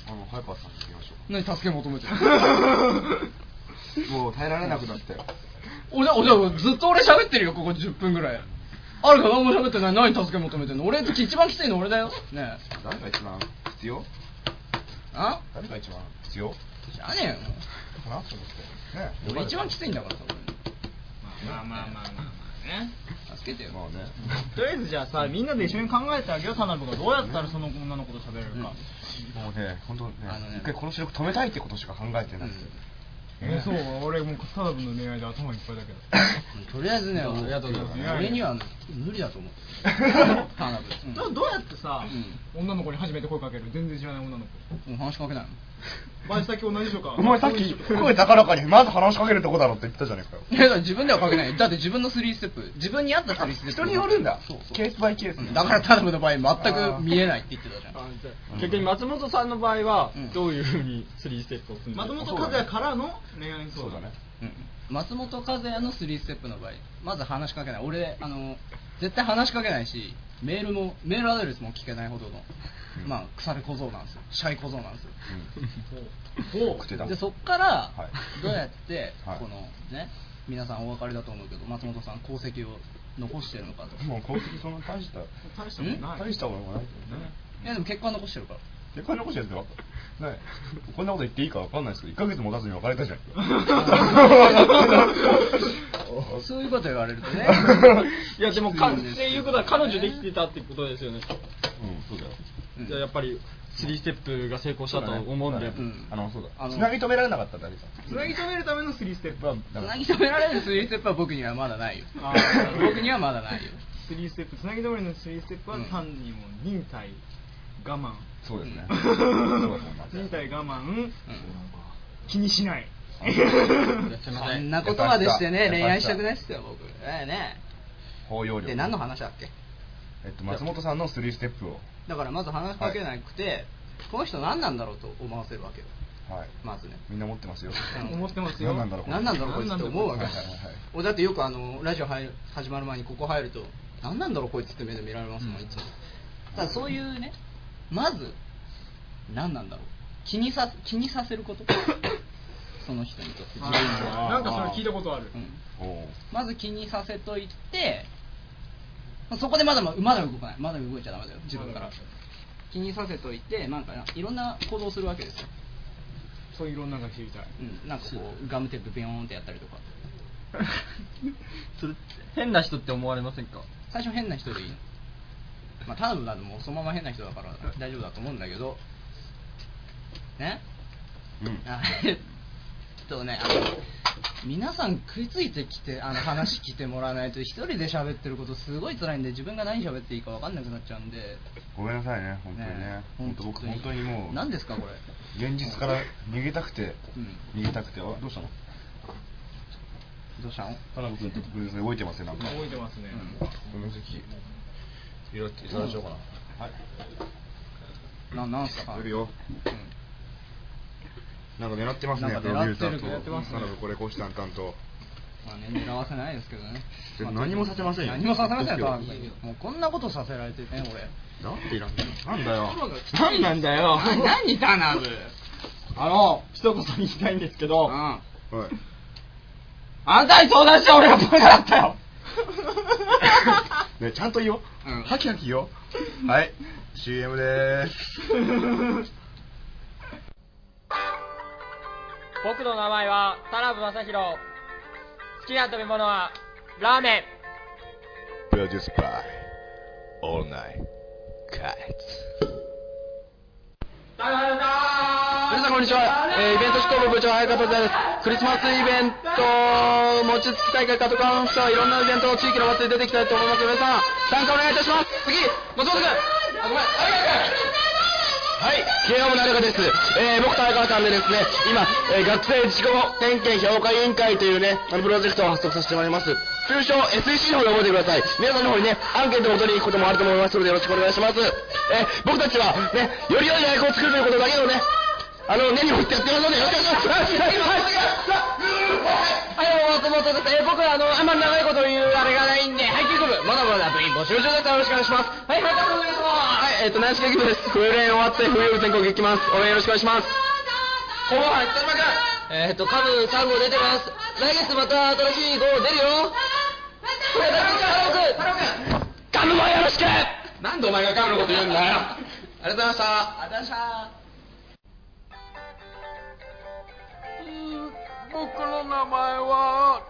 B: あの、早川さんに行きましょ
A: 何助け求めて る
B: う。 もう耐えられなくなったよ。
A: おじゃ、おじゃ、ずっと俺喋ってるよ、ここ10分ぐらい。あるか何も喋ってない、何助け求めてんの俺、一番きついの俺だよ。ねえ。
B: 誰が一番必要
A: あ
B: 誰が一番必要
A: じゃねえよも
B: かなと思って。ね
A: う俺一番きついんだからさ
C: まあまあまあまあまあね
A: 俺助けてよ
B: まあね。
C: とりあえずじゃあさみんなで一緒に考えてあげよう田辺がどうやったらその女の子と喋れるか、
B: もうね、本当ね
A: あのね、
B: 一回この収録止めたいってことしか考えてない。
C: えそう俺もう田辺の恋愛で頭いっぱいだけど
A: とりあえずね
D: ありがとうございます
A: 俺には無理だと 思う田辺うん
C: どどうやってさ、
A: う
C: 女の子に初めて声かける全然知らない女の子
A: もう話しかけないの
C: バイト先同じとか
B: お前さっき声高らかにまず話しかけるとこだろって言ったじゃねえかよ。
A: いやだから自分ではかけないよだって自分の3ステップ自分に合った3ステップ
B: 人によるんだ
A: そうそう
B: ケースバイケース
A: うんだから田辺の場合全く見えないって言ってたじゃん
D: 逆に松本さんの場合は
A: うん
D: どういうふうに3ステップを踏んで
C: 松本和也からの恋愛相談
B: そうだね。
A: うん松本和也の3ステップの場合まず話しかけない俺あの絶対話しかけないしメールもメールアドレスも聞けないほどの、
B: うん
A: まあ腐れ小僧なんですよシャイ小僧なんですよ、
B: ほう口だ
A: でそっから
B: はい
A: どうやって
B: はい
A: このね皆さんお分かりだと思うけど松本さん功績を残してるのかと
B: もう功績そんな大した、
C: 大したもんない
B: 大したものがないけどね。
A: いやでも結果は残してるから
B: 結果残してるんですよ。ね、こんなこと言っていいかわかんないですけど、一ヶ月も経つに別れたじゃん。
A: そういうこと言われるとね
D: いやでもかっていうことは彼女できて
A: た
D: たってことですよね
B: うん、そうだよ。
A: うん
D: じゃあやっぱり3ステップが成功したと思うんで、
B: そうだねあの、そう
A: あ
B: だ。
A: の
B: つなぎ止められなかったんだ、あれさ。
C: つなぎ止めるための3ステップは
A: つなぎ止められる3ステップは僕にはまだないよ
C: あー
A: 僕にはまだないよ
C: 3ステップつなぎ止めるの3ステップは
A: うん
C: 単にもう忍耐我慢
B: そうです ね。そうだと思います
C: 忍耐我慢気にしない
A: そんなことまでしてね恋愛したくないっすよ僕ええね
B: 包容力。
A: で何の話だっけ
B: えっと、松本さんの3ステップを。
A: だからまず話しかけなくて、この人何なんだろうと思わせるわけよ
B: はい。
A: まずね
B: みんな持ってますよ。
C: 思ってますよ
B: 何なんだろうこれ
A: 何なんだろうこいつって思うわけ
B: はいはいはいはい
A: 俺だってよくあのラジオ入る始まる前にここ入ると何なんだろうこいつって目で見られますもん、いつもただそういうねまず何なんだろう気にさ気にさせることその人にとって自分に
C: あーなんかそれ聞いたことある
A: うん
B: おお。
A: まず気にさせといて、まあそこでまだままだ動かない、まだ動いちゃダメだよ、自分から。気にさせといて、なんかいろんな行動をするわけですよ。
C: そういういろんなのが知りたい
A: うん、なんかこう、ガムテープビヨーンってやったりとか。
D: それ変な人って思われませんか
A: 最初変な人でいいの。まあ、タブなどもうそのまま変な人だから大丈夫だと思うんだけど、ね
B: うん。
A: あえっとね、あの皆さん食いついてきてあの話聞いてもらわないと一人で喋ってることすごい辛いんで自分が何喋っていいか分かんなくなっちゃうんで
B: ごめんなさいね、本当にね。本当僕、本当にもう、
A: 何ですかこれ
B: 現実から逃げたくて、
A: う
B: 逃げたくて、あ、どうしたの
A: どうしたの
B: 田辺君と僕ですね、動いてますね、なんか。
C: 動いてますね、
B: この時期、いろいろいただきようかな。はい。
A: ななんすか
B: いるよ。なんか狙ってますね、
A: なん
B: プ
A: か
B: ロデ
A: 狙
B: ュ
A: っ
B: ー
A: て
B: サー
A: る
B: と。
A: 狙ってますね
B: 田辺これ、虎視眈々と。
A: まあね、狙わせないですけどね
B: え何もさせませんよ
A: 何もさせませんよ
B: いいよ
A: 田辺君もうこんなことさせられてね俺
B: なんていらんだよ。なんだよ。
K: 何なんだよ
A: 何田辺
K: あの一言言いたいんですけど、
A: うん
B: おい。
K: あんたに相談して俺がバカだったよ
B: ね、ちゃんと言おう。
A: うん
B: ハキハキ言おう。はい。CM でーす。
L: 僕の名前は田辺正宏好きな食べ物はラーメン
M: プロデュースバイ、オールナイト、カイツ。
L: 皆
N: 皆さんこんにちは、えーイベント執行部部長早川達也ですクリスマスイベント餅つき大会カトカンフいろんなイベント地域のお祭り出てきたいと思います皆さん参加お願いいたします次松本君あごめんはい、慶応部の中です、えー僕と早川さんでですね今、えー学生自己点検評価委員会というねあのプロジェクトを発足させてもらいます通称 SEC の方で覚えてください皆さんの方にねアンケートを取りに行くこともあると思いますのでよろしくお願いします、えー僕たちはねより良い大学を作るということだけをねあの、根に持ってやってますので、よろしくお願いします。はい、松本です。えー、僕はあの、あんまり長いこと言うあれがないんで、はい、結局、まだまだ部員募集中です。よろしくお願いします。はい、はい、お願いします。はい、えっ、ー、と、内視劇部です。冬連終わって、冬部全国行きます。応援よろしくお願いします。ほぼ、はい、北島君。えっ、ー、と、カブ3号出てます。来月また新しい号出るよ。これだけじゃ、太郎君。カブもよろしくなんでお前がカブのこと言うんだよ。ありがとうございました。
A: あだしゃー
N: 僕の名前は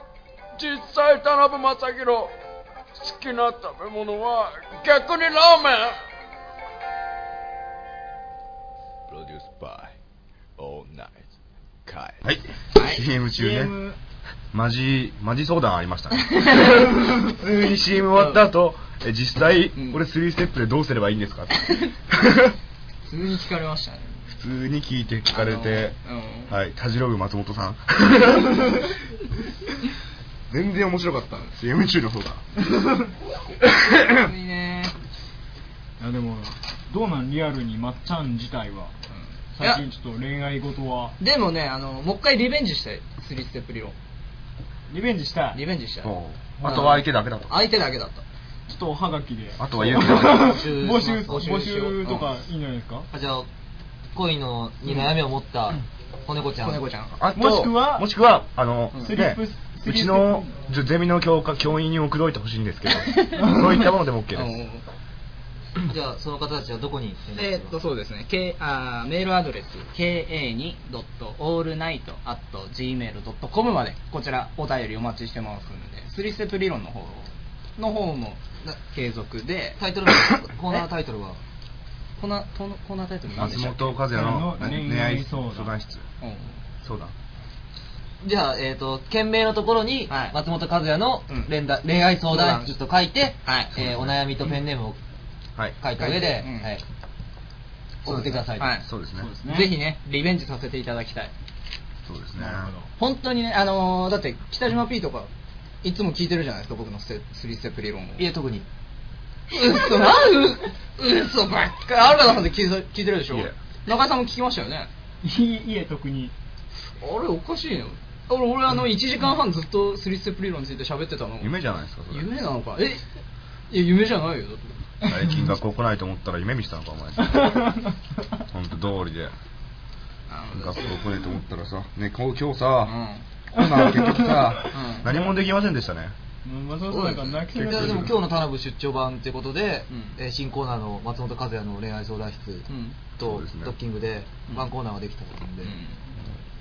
N: 実際田辺正宏好きな食べ物は逆にラーメ
M: プロデュースバイ、オールナイト、カイツ。
B: はい。CM 中ね。マジ、マジ相談ありましたね。普通に CM 終わった後、え実際、これ3ステップでどうすればいいんですかって
A: 普通に聞かれましたね
B: 普通に聞いて聞かれて、
A: あ
B: はい、たじろぐ松本 さん。全然面白かった。CM 中の 方が。
A: のいいね
C: いやでもどうなんリアルにまっちゃん自体は、
A: いや
C: 最近ちょっと恋愛事は
A: でもねあのもう一回リベンジしたい3ステップリを
C: リベンジしたい
A: リベンジしたい
B: ほうあとは相手だけだと。
A: 相手だけだった
C: ちょっとおはがきで
B: あとは勇気だけだと。
C: 募集
A: 募
C: 募
A: 集
C: 集
A: 募集
C: とかいいんじゃないですか、
D: あじゃあ恋のに悩みを持った子猫ちゃん、
A: 子猫ちゃん
B: あと
C: もしくは
B: もしくはあの、
C: うんスリッ
B: ね
C: プスリップ
B: うちのじょゼミの教科教員に送どいてほしいんですけ どそういったものでも OK です
D: じゃあその方たちはどこに行って
A: えーっとそうですね、K、あーメールアドレス ka2.allnight.gmail.com までこちらお便りお待ちしてますんで3ステップ理論の方の方も継続で
D: タイトルはコーナータイトルは
A: コーナーとのコーナータイトル何で
B: 松
A: したっけ
B: 本和也の
C: あの
B: ね
C: 恋
B: 恋
C: 愛
B: 愛
C: 相談
B: 相談室
A: うん
B: 相談
D: じゃあ、えー、と件名のところに
A: はい
D: 松本和也の
A: うん
D: 連打恋愛相談室と書いて、
A: はい
D: えーお悩みとペンネームを
B: はい
D: 書いた上で、
A: うん
D: はい、送ってくださいと、
A: はい
B: そうですね
C: そうですね
A: ぜひねリベンジさせていただきたい
B: そうですね
C: なるほど
A: 本当にねあのーだって北島 P とかいつも聞いてるじゃないですか僕のステ3ステップ理論を
D: いや特に
A: 嘘なう嘘ばっかりあるさんで聞いて聞いてるでしょ
B: いえ
A: 中井さんも聞きましたよね
C: いいいえ特に
A: あれおかしいよ俺俺あの1時間半ずっと3ステップ理論について喋ってたの
B: 夢じゃないですかそれ
A: 夢なのかえいや夢じゃないよだって
B: 最近学校来ないと思ったら夢見したのかお 前本当通りで学校来ないと思ったらさね今日今日さ、
A: うん
B: 今結局さ、
A: うん
B: 何もできませんでしたね
C: まあ松本さんが泣き
D: い
C: そうに
D: や
C: な
D: でも今日の田辺出張版ということで、
A: うん
D: えー新コーナーの松本和也の恋愛相談室
A: うん
D: と、
B: そうですね
D: ドッキングで
A: うん
D: ワンコーナーができたことなんで、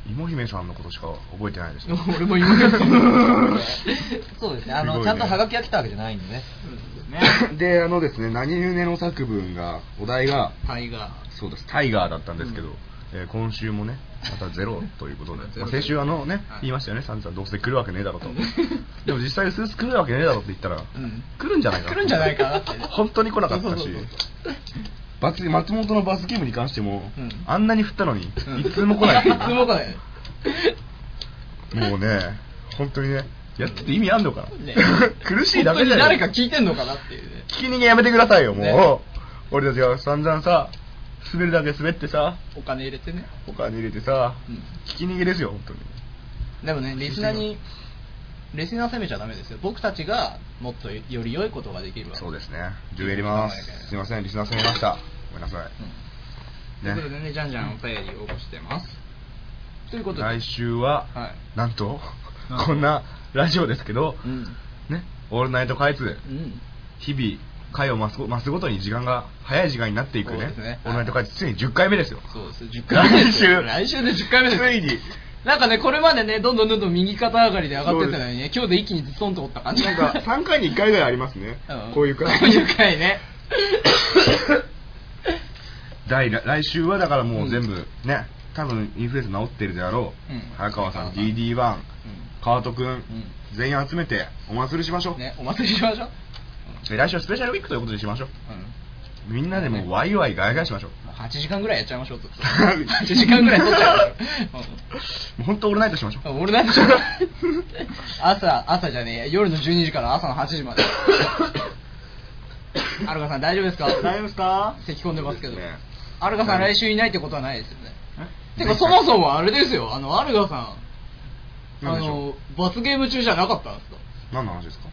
B: 芋姫さんのことしか覚えてないです
A: 俺も夢見た
D: そうですねあ
B: すご
D: の
B: いね
D: ちゃんとハガキが来たわけじゃないんでね
B: であのですね何ゆねの作文がお題が
A: タイガー
B: そうですタイガーだったんですけど、えー今週もねまたゼロということ で、まあ先週あのね、言いましたよね、サンジさん、どうせ来るわけねえだろと。 でも実際、スーツ来るわけねえだろって言ったら、来るんじゃないかな。
A: 来るんじゃないかなって
B: 本当に来なかったし
A: そうそうそう。
B: 罰松本の罰ゲームに関しても、あんなに振ったのに、一通も 来ないっていう
A: いつも来ない
B: もうね、本当にね、やってて意味あんのかな、
A: ね
B: 苦しいだけじゃ
A: 本
B: な
A: 当
B: い
A: に誰か聞いてんのかなっていうね
B: 聞き逃げやめてくださいよ、もう、
A: ね
B: 俺たちが散々さ、滑るだけ滑ってさ、
A: お金入れてね
B: お金入れてさ、聞き逃げですよ、本当に。
A: でもねリスナーにリスナー責めちゃダメですよ僕たちがもっとより良いことができるわ
B: そうですね、ジュエリます。すいません、リスナーすみました。ごめんなさい。
A: ということでねじゃんじゃんお便り応募してますということで
B: 来週は、なんと、こんなラジオですけど、ね、オールナイト開通、
A: うん
B: 日々、回を増すご増すごとに時間が早い時間になっていく
A: そう
B: ね
A: ですね
B: オールナイト開通ついに10回目ですよ
A: そうです10回目ですよ
B: 来
A: 来
B: 週
A: 週で10回目です
B: ついに
A: なんかねこれまでねどんどんどんどん右肩上がりで上がってったのにね今日で一気にズトンと折った感じ
B: なん か3回に1回ぐらいありますね、こういう回
A: こ ういう回ね
B: 第来来週はだからもう全部ね、多分インフルエンザ治ってるであろう、
A: うん
B: 早川さん DD1、川戸君、全員集めてお祭りしましょう、
A: ねお祭りしましょう
B: え来週はスペシャルウィークということにしましょう、みんなでもうワイワイガヤガヤしましょう
A: もう8時間ぐらいやっちゃいま しょうずっと8時間ぐらい取っちゃいましょう
B: もう本当オールナイトしましょう
A: オールナイトしましょう朝朝じゃねえや夜の12時から朝の8時 までアルカさん大丈夫ですか
B: 大丈夫ですか
A: 咳込んでますけど、
B: ね
A: アルガさん来週いないってことはないですよね
B: え
A: てかそもそもあれですよあのアルガさん
B: な
A: あ
B: んでしょ
A: の罰ゲーム中じゃなかったんですか
B: 何の話ですか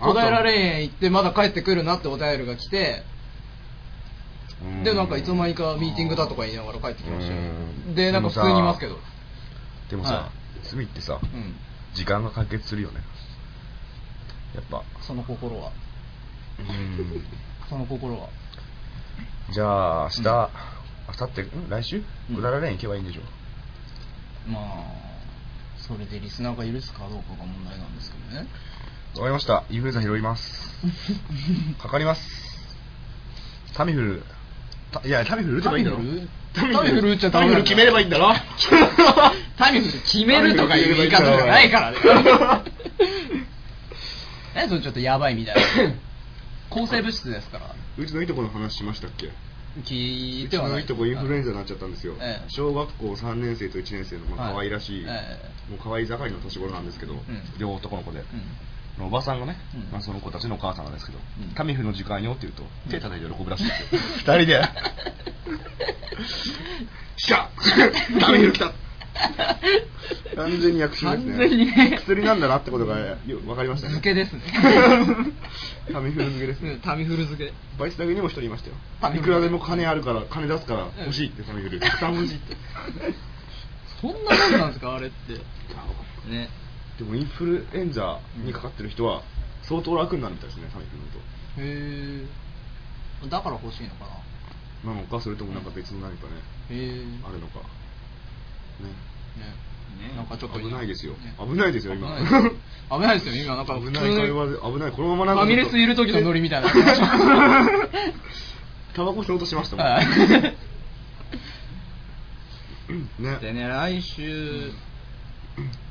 A: 小平霊園行ってまだ帰ってくるなってお便りが来て
B: うん
A: でなんかいつの間にかミーティングだとか言いながら帰ってきましたよ
B: うん
A: でなんか普通にいますけど
B: でもさ、
A: は
B: 罪ってさ、
A: うん
B: 時間が解決するよねやっぱ
A: その心は
B: うん
A: その心は
B: じゃあ明日、明後日ん来週小平霊園行けばいいんでしょう、
A: まあそれでリスナーが許すかどうかが問題なんですけどね
B: わかりました。インフルエンザ拾います。 かかります。タミフル。たいや、タミフル打てばいいんだろ。
A: タミフル打っちゃダメなんだ
B: タミフル決めればいいん だろ。
A: タミフル決めるとかいう言い方じゃないから ね何それちょっとやばいみたいな抗生物質ですから
B: うちのいとこの話しましたっけ
A: 聞いうて
B: ち
A: はな
B: の
A: い
B: いとこインフルエンザになっちゃったんですよ、
A: ええ
B: 小学校3年生と1年生の、まあ、可
A: はい
B: 愛らしい、
A: え
B: もう可愛い盛りの年頃なんですけど、
A: ん
B: 両男の子で、おばさんがね、まあ、その子たちのお母さんなんですけど、タミフルの時間よって言うと、手叩いて喜ぶらしいん ですよ、2人で、来た タミフル来た完全に薬品ですね
A: 完全にね
B: 薬なんだなってことがよ分かりましたね
A: 漬けですね
B: タミフル漬けですね
A: タミフル漬け
B: バイスだけにも一人いましたよ
A: タミ
B: い
A: フ
B: く
A: ル
B: らでも金あるから金出すから欲しいってタミ フルたくさん欲しいって
A: そんなもんなんですかあれってね
B: でもインフルエンザにかかってる人は相当楽になるみたいですねタミフルのと
A: へえだから欲しいのかな
B: なのかそれともなんか別の何かね
A: へえ
B: あるのかね
A: ねなんかちょっと
B: 危ないですよ
A: ね
B: 危ないですよ今
A: 危ないです危ないですよ今なんか
B: 危ない会話で危ないこのままなん
A: フ
B: か
A: ァミレスいる時のノリみたいな
B: タバコ吸おうとしましたもん、
A: はい
B: ね
A: でね来週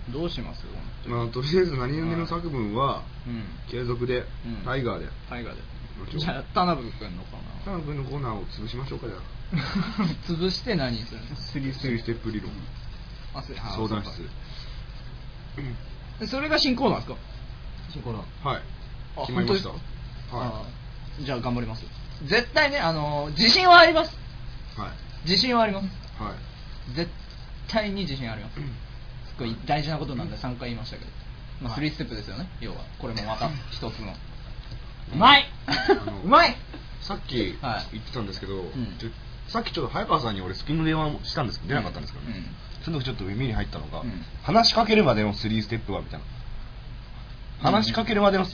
A: どうします
B: まあ、とりあえず何々の作文は
A: うん
B: 継続で、
A: うん
B: タイガーで
A: タイガーで
B: 今日
A: じゃあ田辺君のかな
B: タナ君のコーナーを潰しましょうかじゃあ
A: 潰して何にするんですか
B: スリースリーステップ理論
A: あそれあ
B: 相談
A: そう
B: 室
A: かそれが新コーナーですか
O: 新コーナー
B: はい
A: あ
B: 決まりました
A: 本
B: は
A: あじゃあ頑張ります絶対ねあの自信はあります
B: いはい
A: 自信はあります
B: はい
A: 絶対に自信ありますすごい大事なことなんで3回言いましたけど、まあ、3ステップですよね要はこれもまた一つのうまい うまい
B: さっき
A: はい
B: 言ってたんですけど、ちょさっきちょっと早川さんに俺スキンの電話もしたんですけど出なかったんですけどね、その時ちょっと耳に入ったのが、話しかけるまでの3ステップはみたいな話しかけるまでの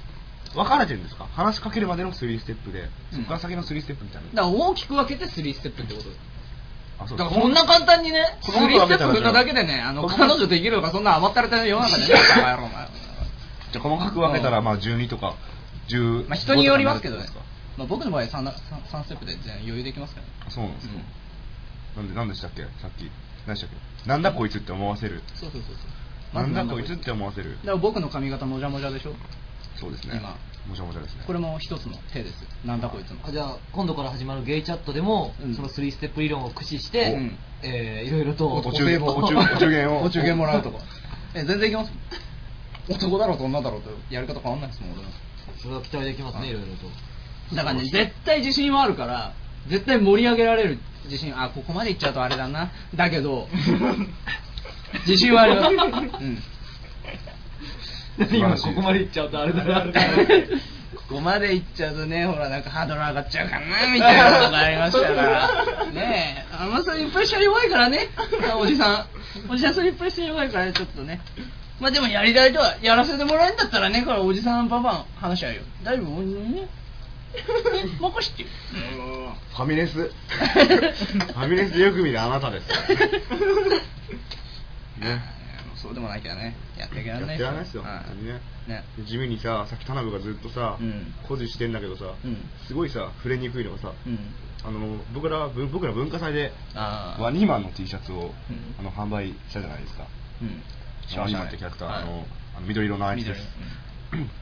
B: 分かれてるんですか話しかけるまでの3ステップでそこから先の3ステップみたいな、
A: だから大きく分けて3ステップってことです
B: あそ
A: だ
B: う
A: か
B: で
A: らこ
B: す
A: んな簡単にね3
B: 子供とは
A: ステップ振っただけでねあの
B: 子供
A: 彼女できるとかそんな甘ったれた世の 中じゃないからやろお前
B: じゃあ細かく分けたらまあ12とか10
A: まあ人によりますけどね、まあ、僕の場合 3, 三三ステップで全然余裕できますからね
B: そうなんですか、なんで何でしたっけさっき何でしたっけなんだこいつって思わせる
A: そうそうそうそう
B: なんだこいつって思わせる
A: だから僕の髪型もじゃもじゃでしょ
B: そうですね
A: 今
B: もちゃもちゃですね
A: これも一つの手ですよなんだこいつの
D: あじゃあ今度から始まるゲイチャットでも、その3ステップ理論を駆使して、
A: うん
D: えーいろいろと
A: お
B: 中元
D: お
B: お中お中元を
A: お中元もらうとか え全然いきます男だろうと女だろうとやり方変わんないですもん俺も
D: それは期待できますねいろいろと
A: だからね絶対自信はあるから絶対盛り上げられる自信あここまでいっちゃうとあれだなだけ ど自信はある、 うん、
D: 今ここまで行っちゃうとあれだな
A: ここまでいっちゃうとねほらなんかハードル上がっちゃうかなみたいなのがありましたからねえあんまそういうプレッシャー弱いからねおじさんおじさんそういうプレッシャー弱いからねちょっとねまあでもやりたいとはやらせてもらえんだったらねこれおじさんバンバン話し合うよ大丈夫おじさんね任してよ
B: ファ ミレスファミレスでよく見るあなたですね
A: そうでもないけどねやっていけられない
B: やってられないですよ、
A: はい
B: 本当にね
A: ね
B: 地味にささっき田辺がずっとさ、
A: うん
B: 誇示してんだけどさ、
A: うん
B: すごいさ触れにくいのがさ、
A: うん
B: あの僕らぶ僕ら文化祭で
A: あー
B: ワニーマンの T シャツを、
A: ん
B: あの販売したじゃないですか、
A: うん
B: ワニーマンってキャラクター、
A: はい
B: あのあの緑色のあいつです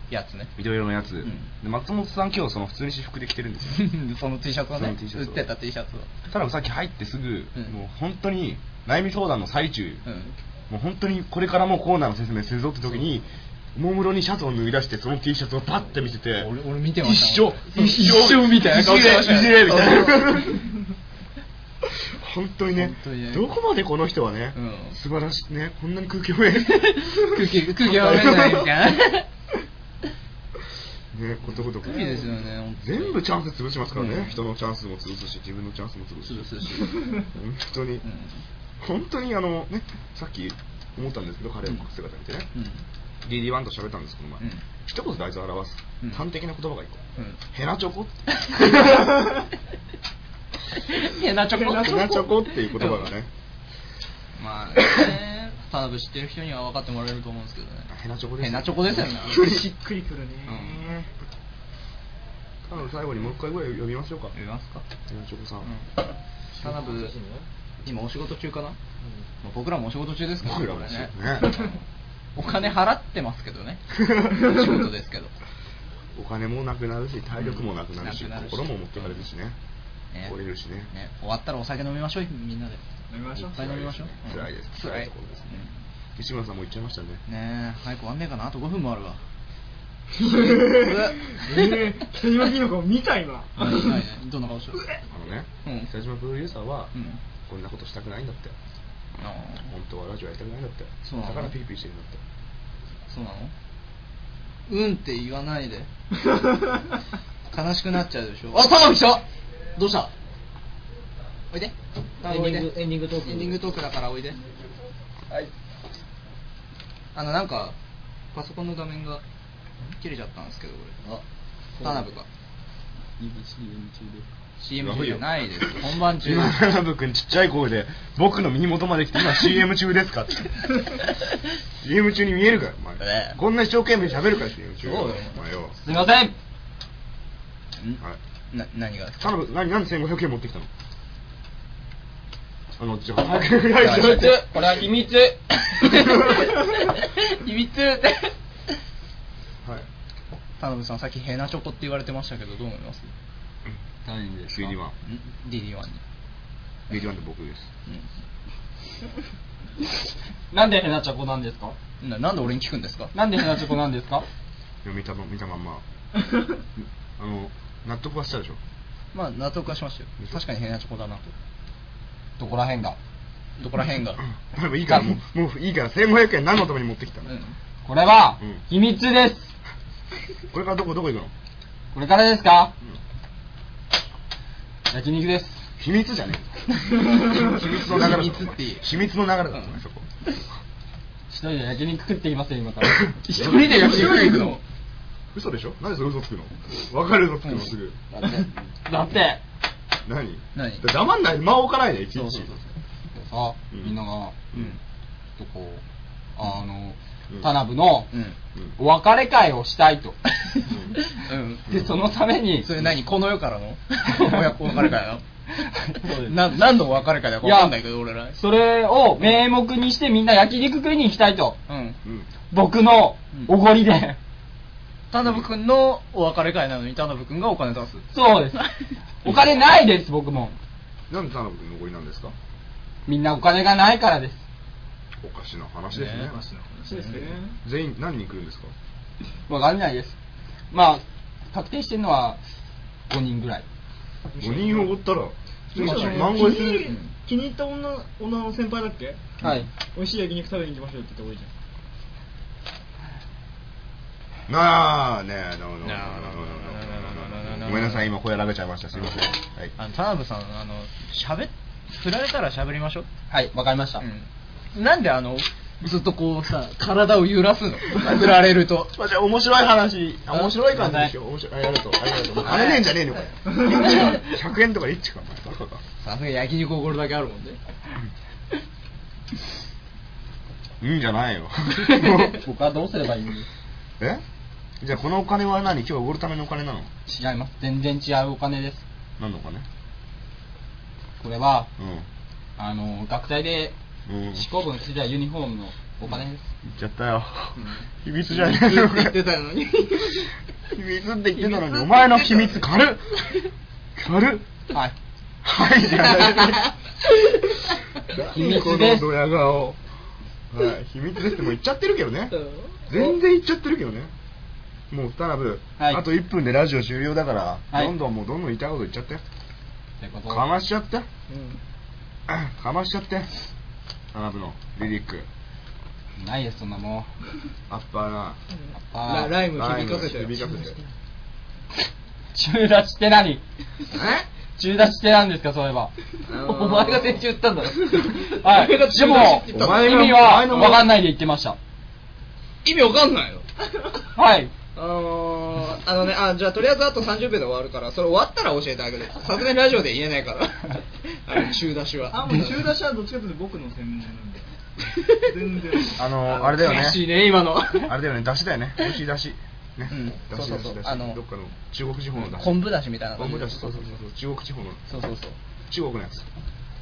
A: やつね
B: 緑色のやつ、
A: ん
B: で松本さん今日その普通に私服で着てるんで すよ
A: その T シャツをね
B: その T シャツを
A: 売ってた T シャツを
B: たださっき入ってすぐ、もう本当に悩み相談の最中、もう本当にこれからもうコーナーの説明するぞって時におもむろにシャツを脱ぎ出してその T シャツをパッて見せて俺
A: 俺見てました
B: 一緒
A: 俺一緒みたいな顔してましたね
B: いじれいじれみたい
A: そう
B: な 本当にねどこまでこの人はね、素晴らしいねこんなに空気読め
A: 空気空気読めないみたいな
B: ねこことごとく
A: いいですよね本当に
B: 全部チャンス潰しますからね、
A: うん
B: 人のチャンスも潰すし自分のチャンスも潰すし本当に、本当にあのねさっき思ったんですけど彼の姿見てね、DD1 と喋ったんですこの前、一言であいつを表す、端的な言葉が一個、ヘナチョコって
A: ヘナチョコ
B: ヘナチョコっていう言葉がね、
A: まあね田辺知ってる人には分かってもらえると思うんですけどね
B: ヘナチョコです
A: ヘナチョコですよね
B: し
A: っくりくるね
B: 多分最後にもう一回ぐらい呼びましょうか
A: 呼びますか
B: ヘナチョコさん、
A: 田辺今お仕事中かな、まあ僕らもお仕事中ですから
B: 僕らも
A: これ
B: そうですね
A: お金払ってますけど ね仕事ですけど
B: お金もなくなるし体力もなくなるし、
A: うんなくなるし
B: 心も持ってかれるしね、
A: ね
B: 折れるしね
A: ね終わったらお酒飲みましょうみんなで
C: 飲みましょう
A: いっぱい飲みましょう
B: 辛いです
A: うん辛い
B: ところですね西村さんも言っちゃいましたね
A: ねえ早く終わんねえかなあと5分もあるわ
C: ねえ北島きの子見た今
A: ないねどんな顔してる
B: あのね、
A: うん
B: 北島プロデューサーは、
A: うん
B: こんなことしたくないんだって
A: あ
B: 本当はラジオやりたくないんだって
A: そうなの
B: だからピーピーしてるんだって
A: そうなのうんって言わないで悲しくなっちゃうでしょあ玉木来たどうしたおいで
D: エンディングエンディングトーク
A: エンディングトークだからおいではいあのなんかパソコンの画面が切れちゃったんですけど俺田辺が
C: 今 CM 中で
A: CM 中じゃない です本番 中
B: 今田辺君ちっちゃい声で僕の耳元まで来て今 CM 中ですかって CM 中に見えるからお前、こんな一生懸命喋るから CM 中
A: そうよ
B: お前よ
A: すいません
B: はい
A: な何が
B: 田辺何何で1500円持ってきたのあのじゃあ
A: これは秘密 秘密って
B: はい
A: 田辺さんさっきヘナチョコって言われてましたけどどう思います
B: 何人ですか DD1
A: ん DD1 に
B: DD1 って僕です
D: なんでヘナチョコなんですか
A: ななんで俺に聞くんですか
D: なんでヘナチョコなんですか
B: いや見たま見たまんまあの納得はしたでしょ
A: まあ納得はしましたよ確かにヘナチョコだなと
D: どこら辺が
A: どこら辺 が
B: 田辺いいからもうもういいから1500円何のために持ってきたの、
D: これは
B: うん
D: 秘密です
B: これからどこどこ行くの
D: これからですか焼肉です
B: 秘密じゃねえ秘密の流れ秘密って秘密の流れだろお前そこ
D: 一人で焼肉食ってきますよ今から
B: 一
A: 人で焼肉行くの
B: 嘘でしょなんでそれ嘘つくの分かる嘘つくのすぐ
D: だって
B: 何
A: 何
B: だ黙んない間を置かないでいち
P: そ
B: いうち
P: そうそうさ
B: うん
P: みんなが
B: うん
P: ちょっとこうあの
B: うん
P: 田辺の
A: うん
P: お別れ会をしたいと
A: うん
P: でそのために
A: それ何この世からの親子別れからのな何の別れかだか分かんないけど俺ら
D: それを名目にしてみんな焼肉食いに行きたいと。
A: うん
D: 僕のおごりで。
A: 田辺君のお別れ会なのに田辺君がお金出す
D: そうです。お金ないです、僕も。
B: なんで田辺君のおごりなんですか
D: みんなお金がないからです。
B: おかしな話ですね
C: おかしな話ですね
B: 全員何人来るんですか
D: わかんないです。まあ、確定してるのは5人ぐらい。
B: 5人おごったら普通に万
C: 気
B: 超えす
C: に
B: る
C: 入気に入った女女の先輩だっけ
D: はい。
C: 美味しい焼肉食べに行きましょうって言って多いじゃん
B: なあねえどうもどうもどうもごめんなさい今声荒げちゃいましたすいませんはい
A: あの田辺さんあの喋っ振られたら喋りましょう
D: はい、わかりました。
A: なんであのずっとこうさ体を揺らす の振られると
B: まあ、じゃあ面白い話あ面白い感じでしょ面白いありがとうありがとうあれねえんじゃねえのかよ100円とかリッチかお前バカか
A: さすがに焼肉おごるだけあるもんね
B: いいんじゃないよ
D: 僕はどうすればいいんです
B: えじゃあこのお金は何今日おごるためのお金なの
D: 違います。全然違うお金です。
B: 何のお金
D: これは、
B: うん
D: あの、学祭で
B: うん
D: 執行部の次はユニフォームのお金です。
B: 言っちゃったよ秘密じ
D: ゃ
B: ゃね
D: ねえ
B: え
D: の
B: の
D: か
B: か
D: よ
B: よ秘密って言ってたのにお前の秘密軽っ軽っ
D: はい。
B: はいじゃない
D: 秘密です
B: このドヤ顔はい秘密ですってもう言っちゃってるけどね全然言っちゃってるけどねもう田辺、あと1分でラジオ終了だから、
D: はい
B: どんどんもうどんどん言いたいこと言っちゃって
D: ということ
B: かましちゃって
D: う
B: かましちゃって田辺のリリック
D: んないです、そんなもん。
B: アッパーな
D: あー
B: ライム響かせて響かせて
D: 中脱して何中脱してなんですか、そういえば。
Q: お前が先週言ったんだろ。
D: は
Q: お前が
D: い。でも、
Q: 中
D: 意
Q: 脱お前がお前
D: 味は
Q: の
D: わかんないで言ってました。
A: 意味わかんないよ
D: はい。
A: あのーあのねあじゃあとりあえずあと30秒で終わるからそれ終わったら教えてあげるさすがにラジオで言えないから あの中出しは
C: あもう中出しはどっちかというと僕の専門なん で全然
B: あのあれだよね
A: 悔しいね今 の
B: あれだよね出汁だよね美味しい出汁ね、出汁
A: そう
B: 出
A: そうそう
B: 汁出
A: あ
B: 汁
A: の
B: どっかの中国地方の出汁
A: 昆布だしみたいな
B: 昆布だしそうそうそう中国地方の
A: そうそうそう
B: 中国のやつ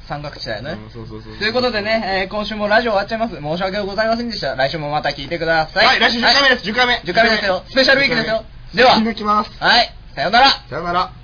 A: 三角地だよね、
B: うんそうそうそう
A: ということでね、えー今週もラジオ終わっちゃいます申し訳ございませんでした来週もまた聞いてください
B: はい来週10回目です10回目
A: 10回目ですよスペシャルウィークですよ
B: では、行きます。
A: はいさようなら
B: さよなら。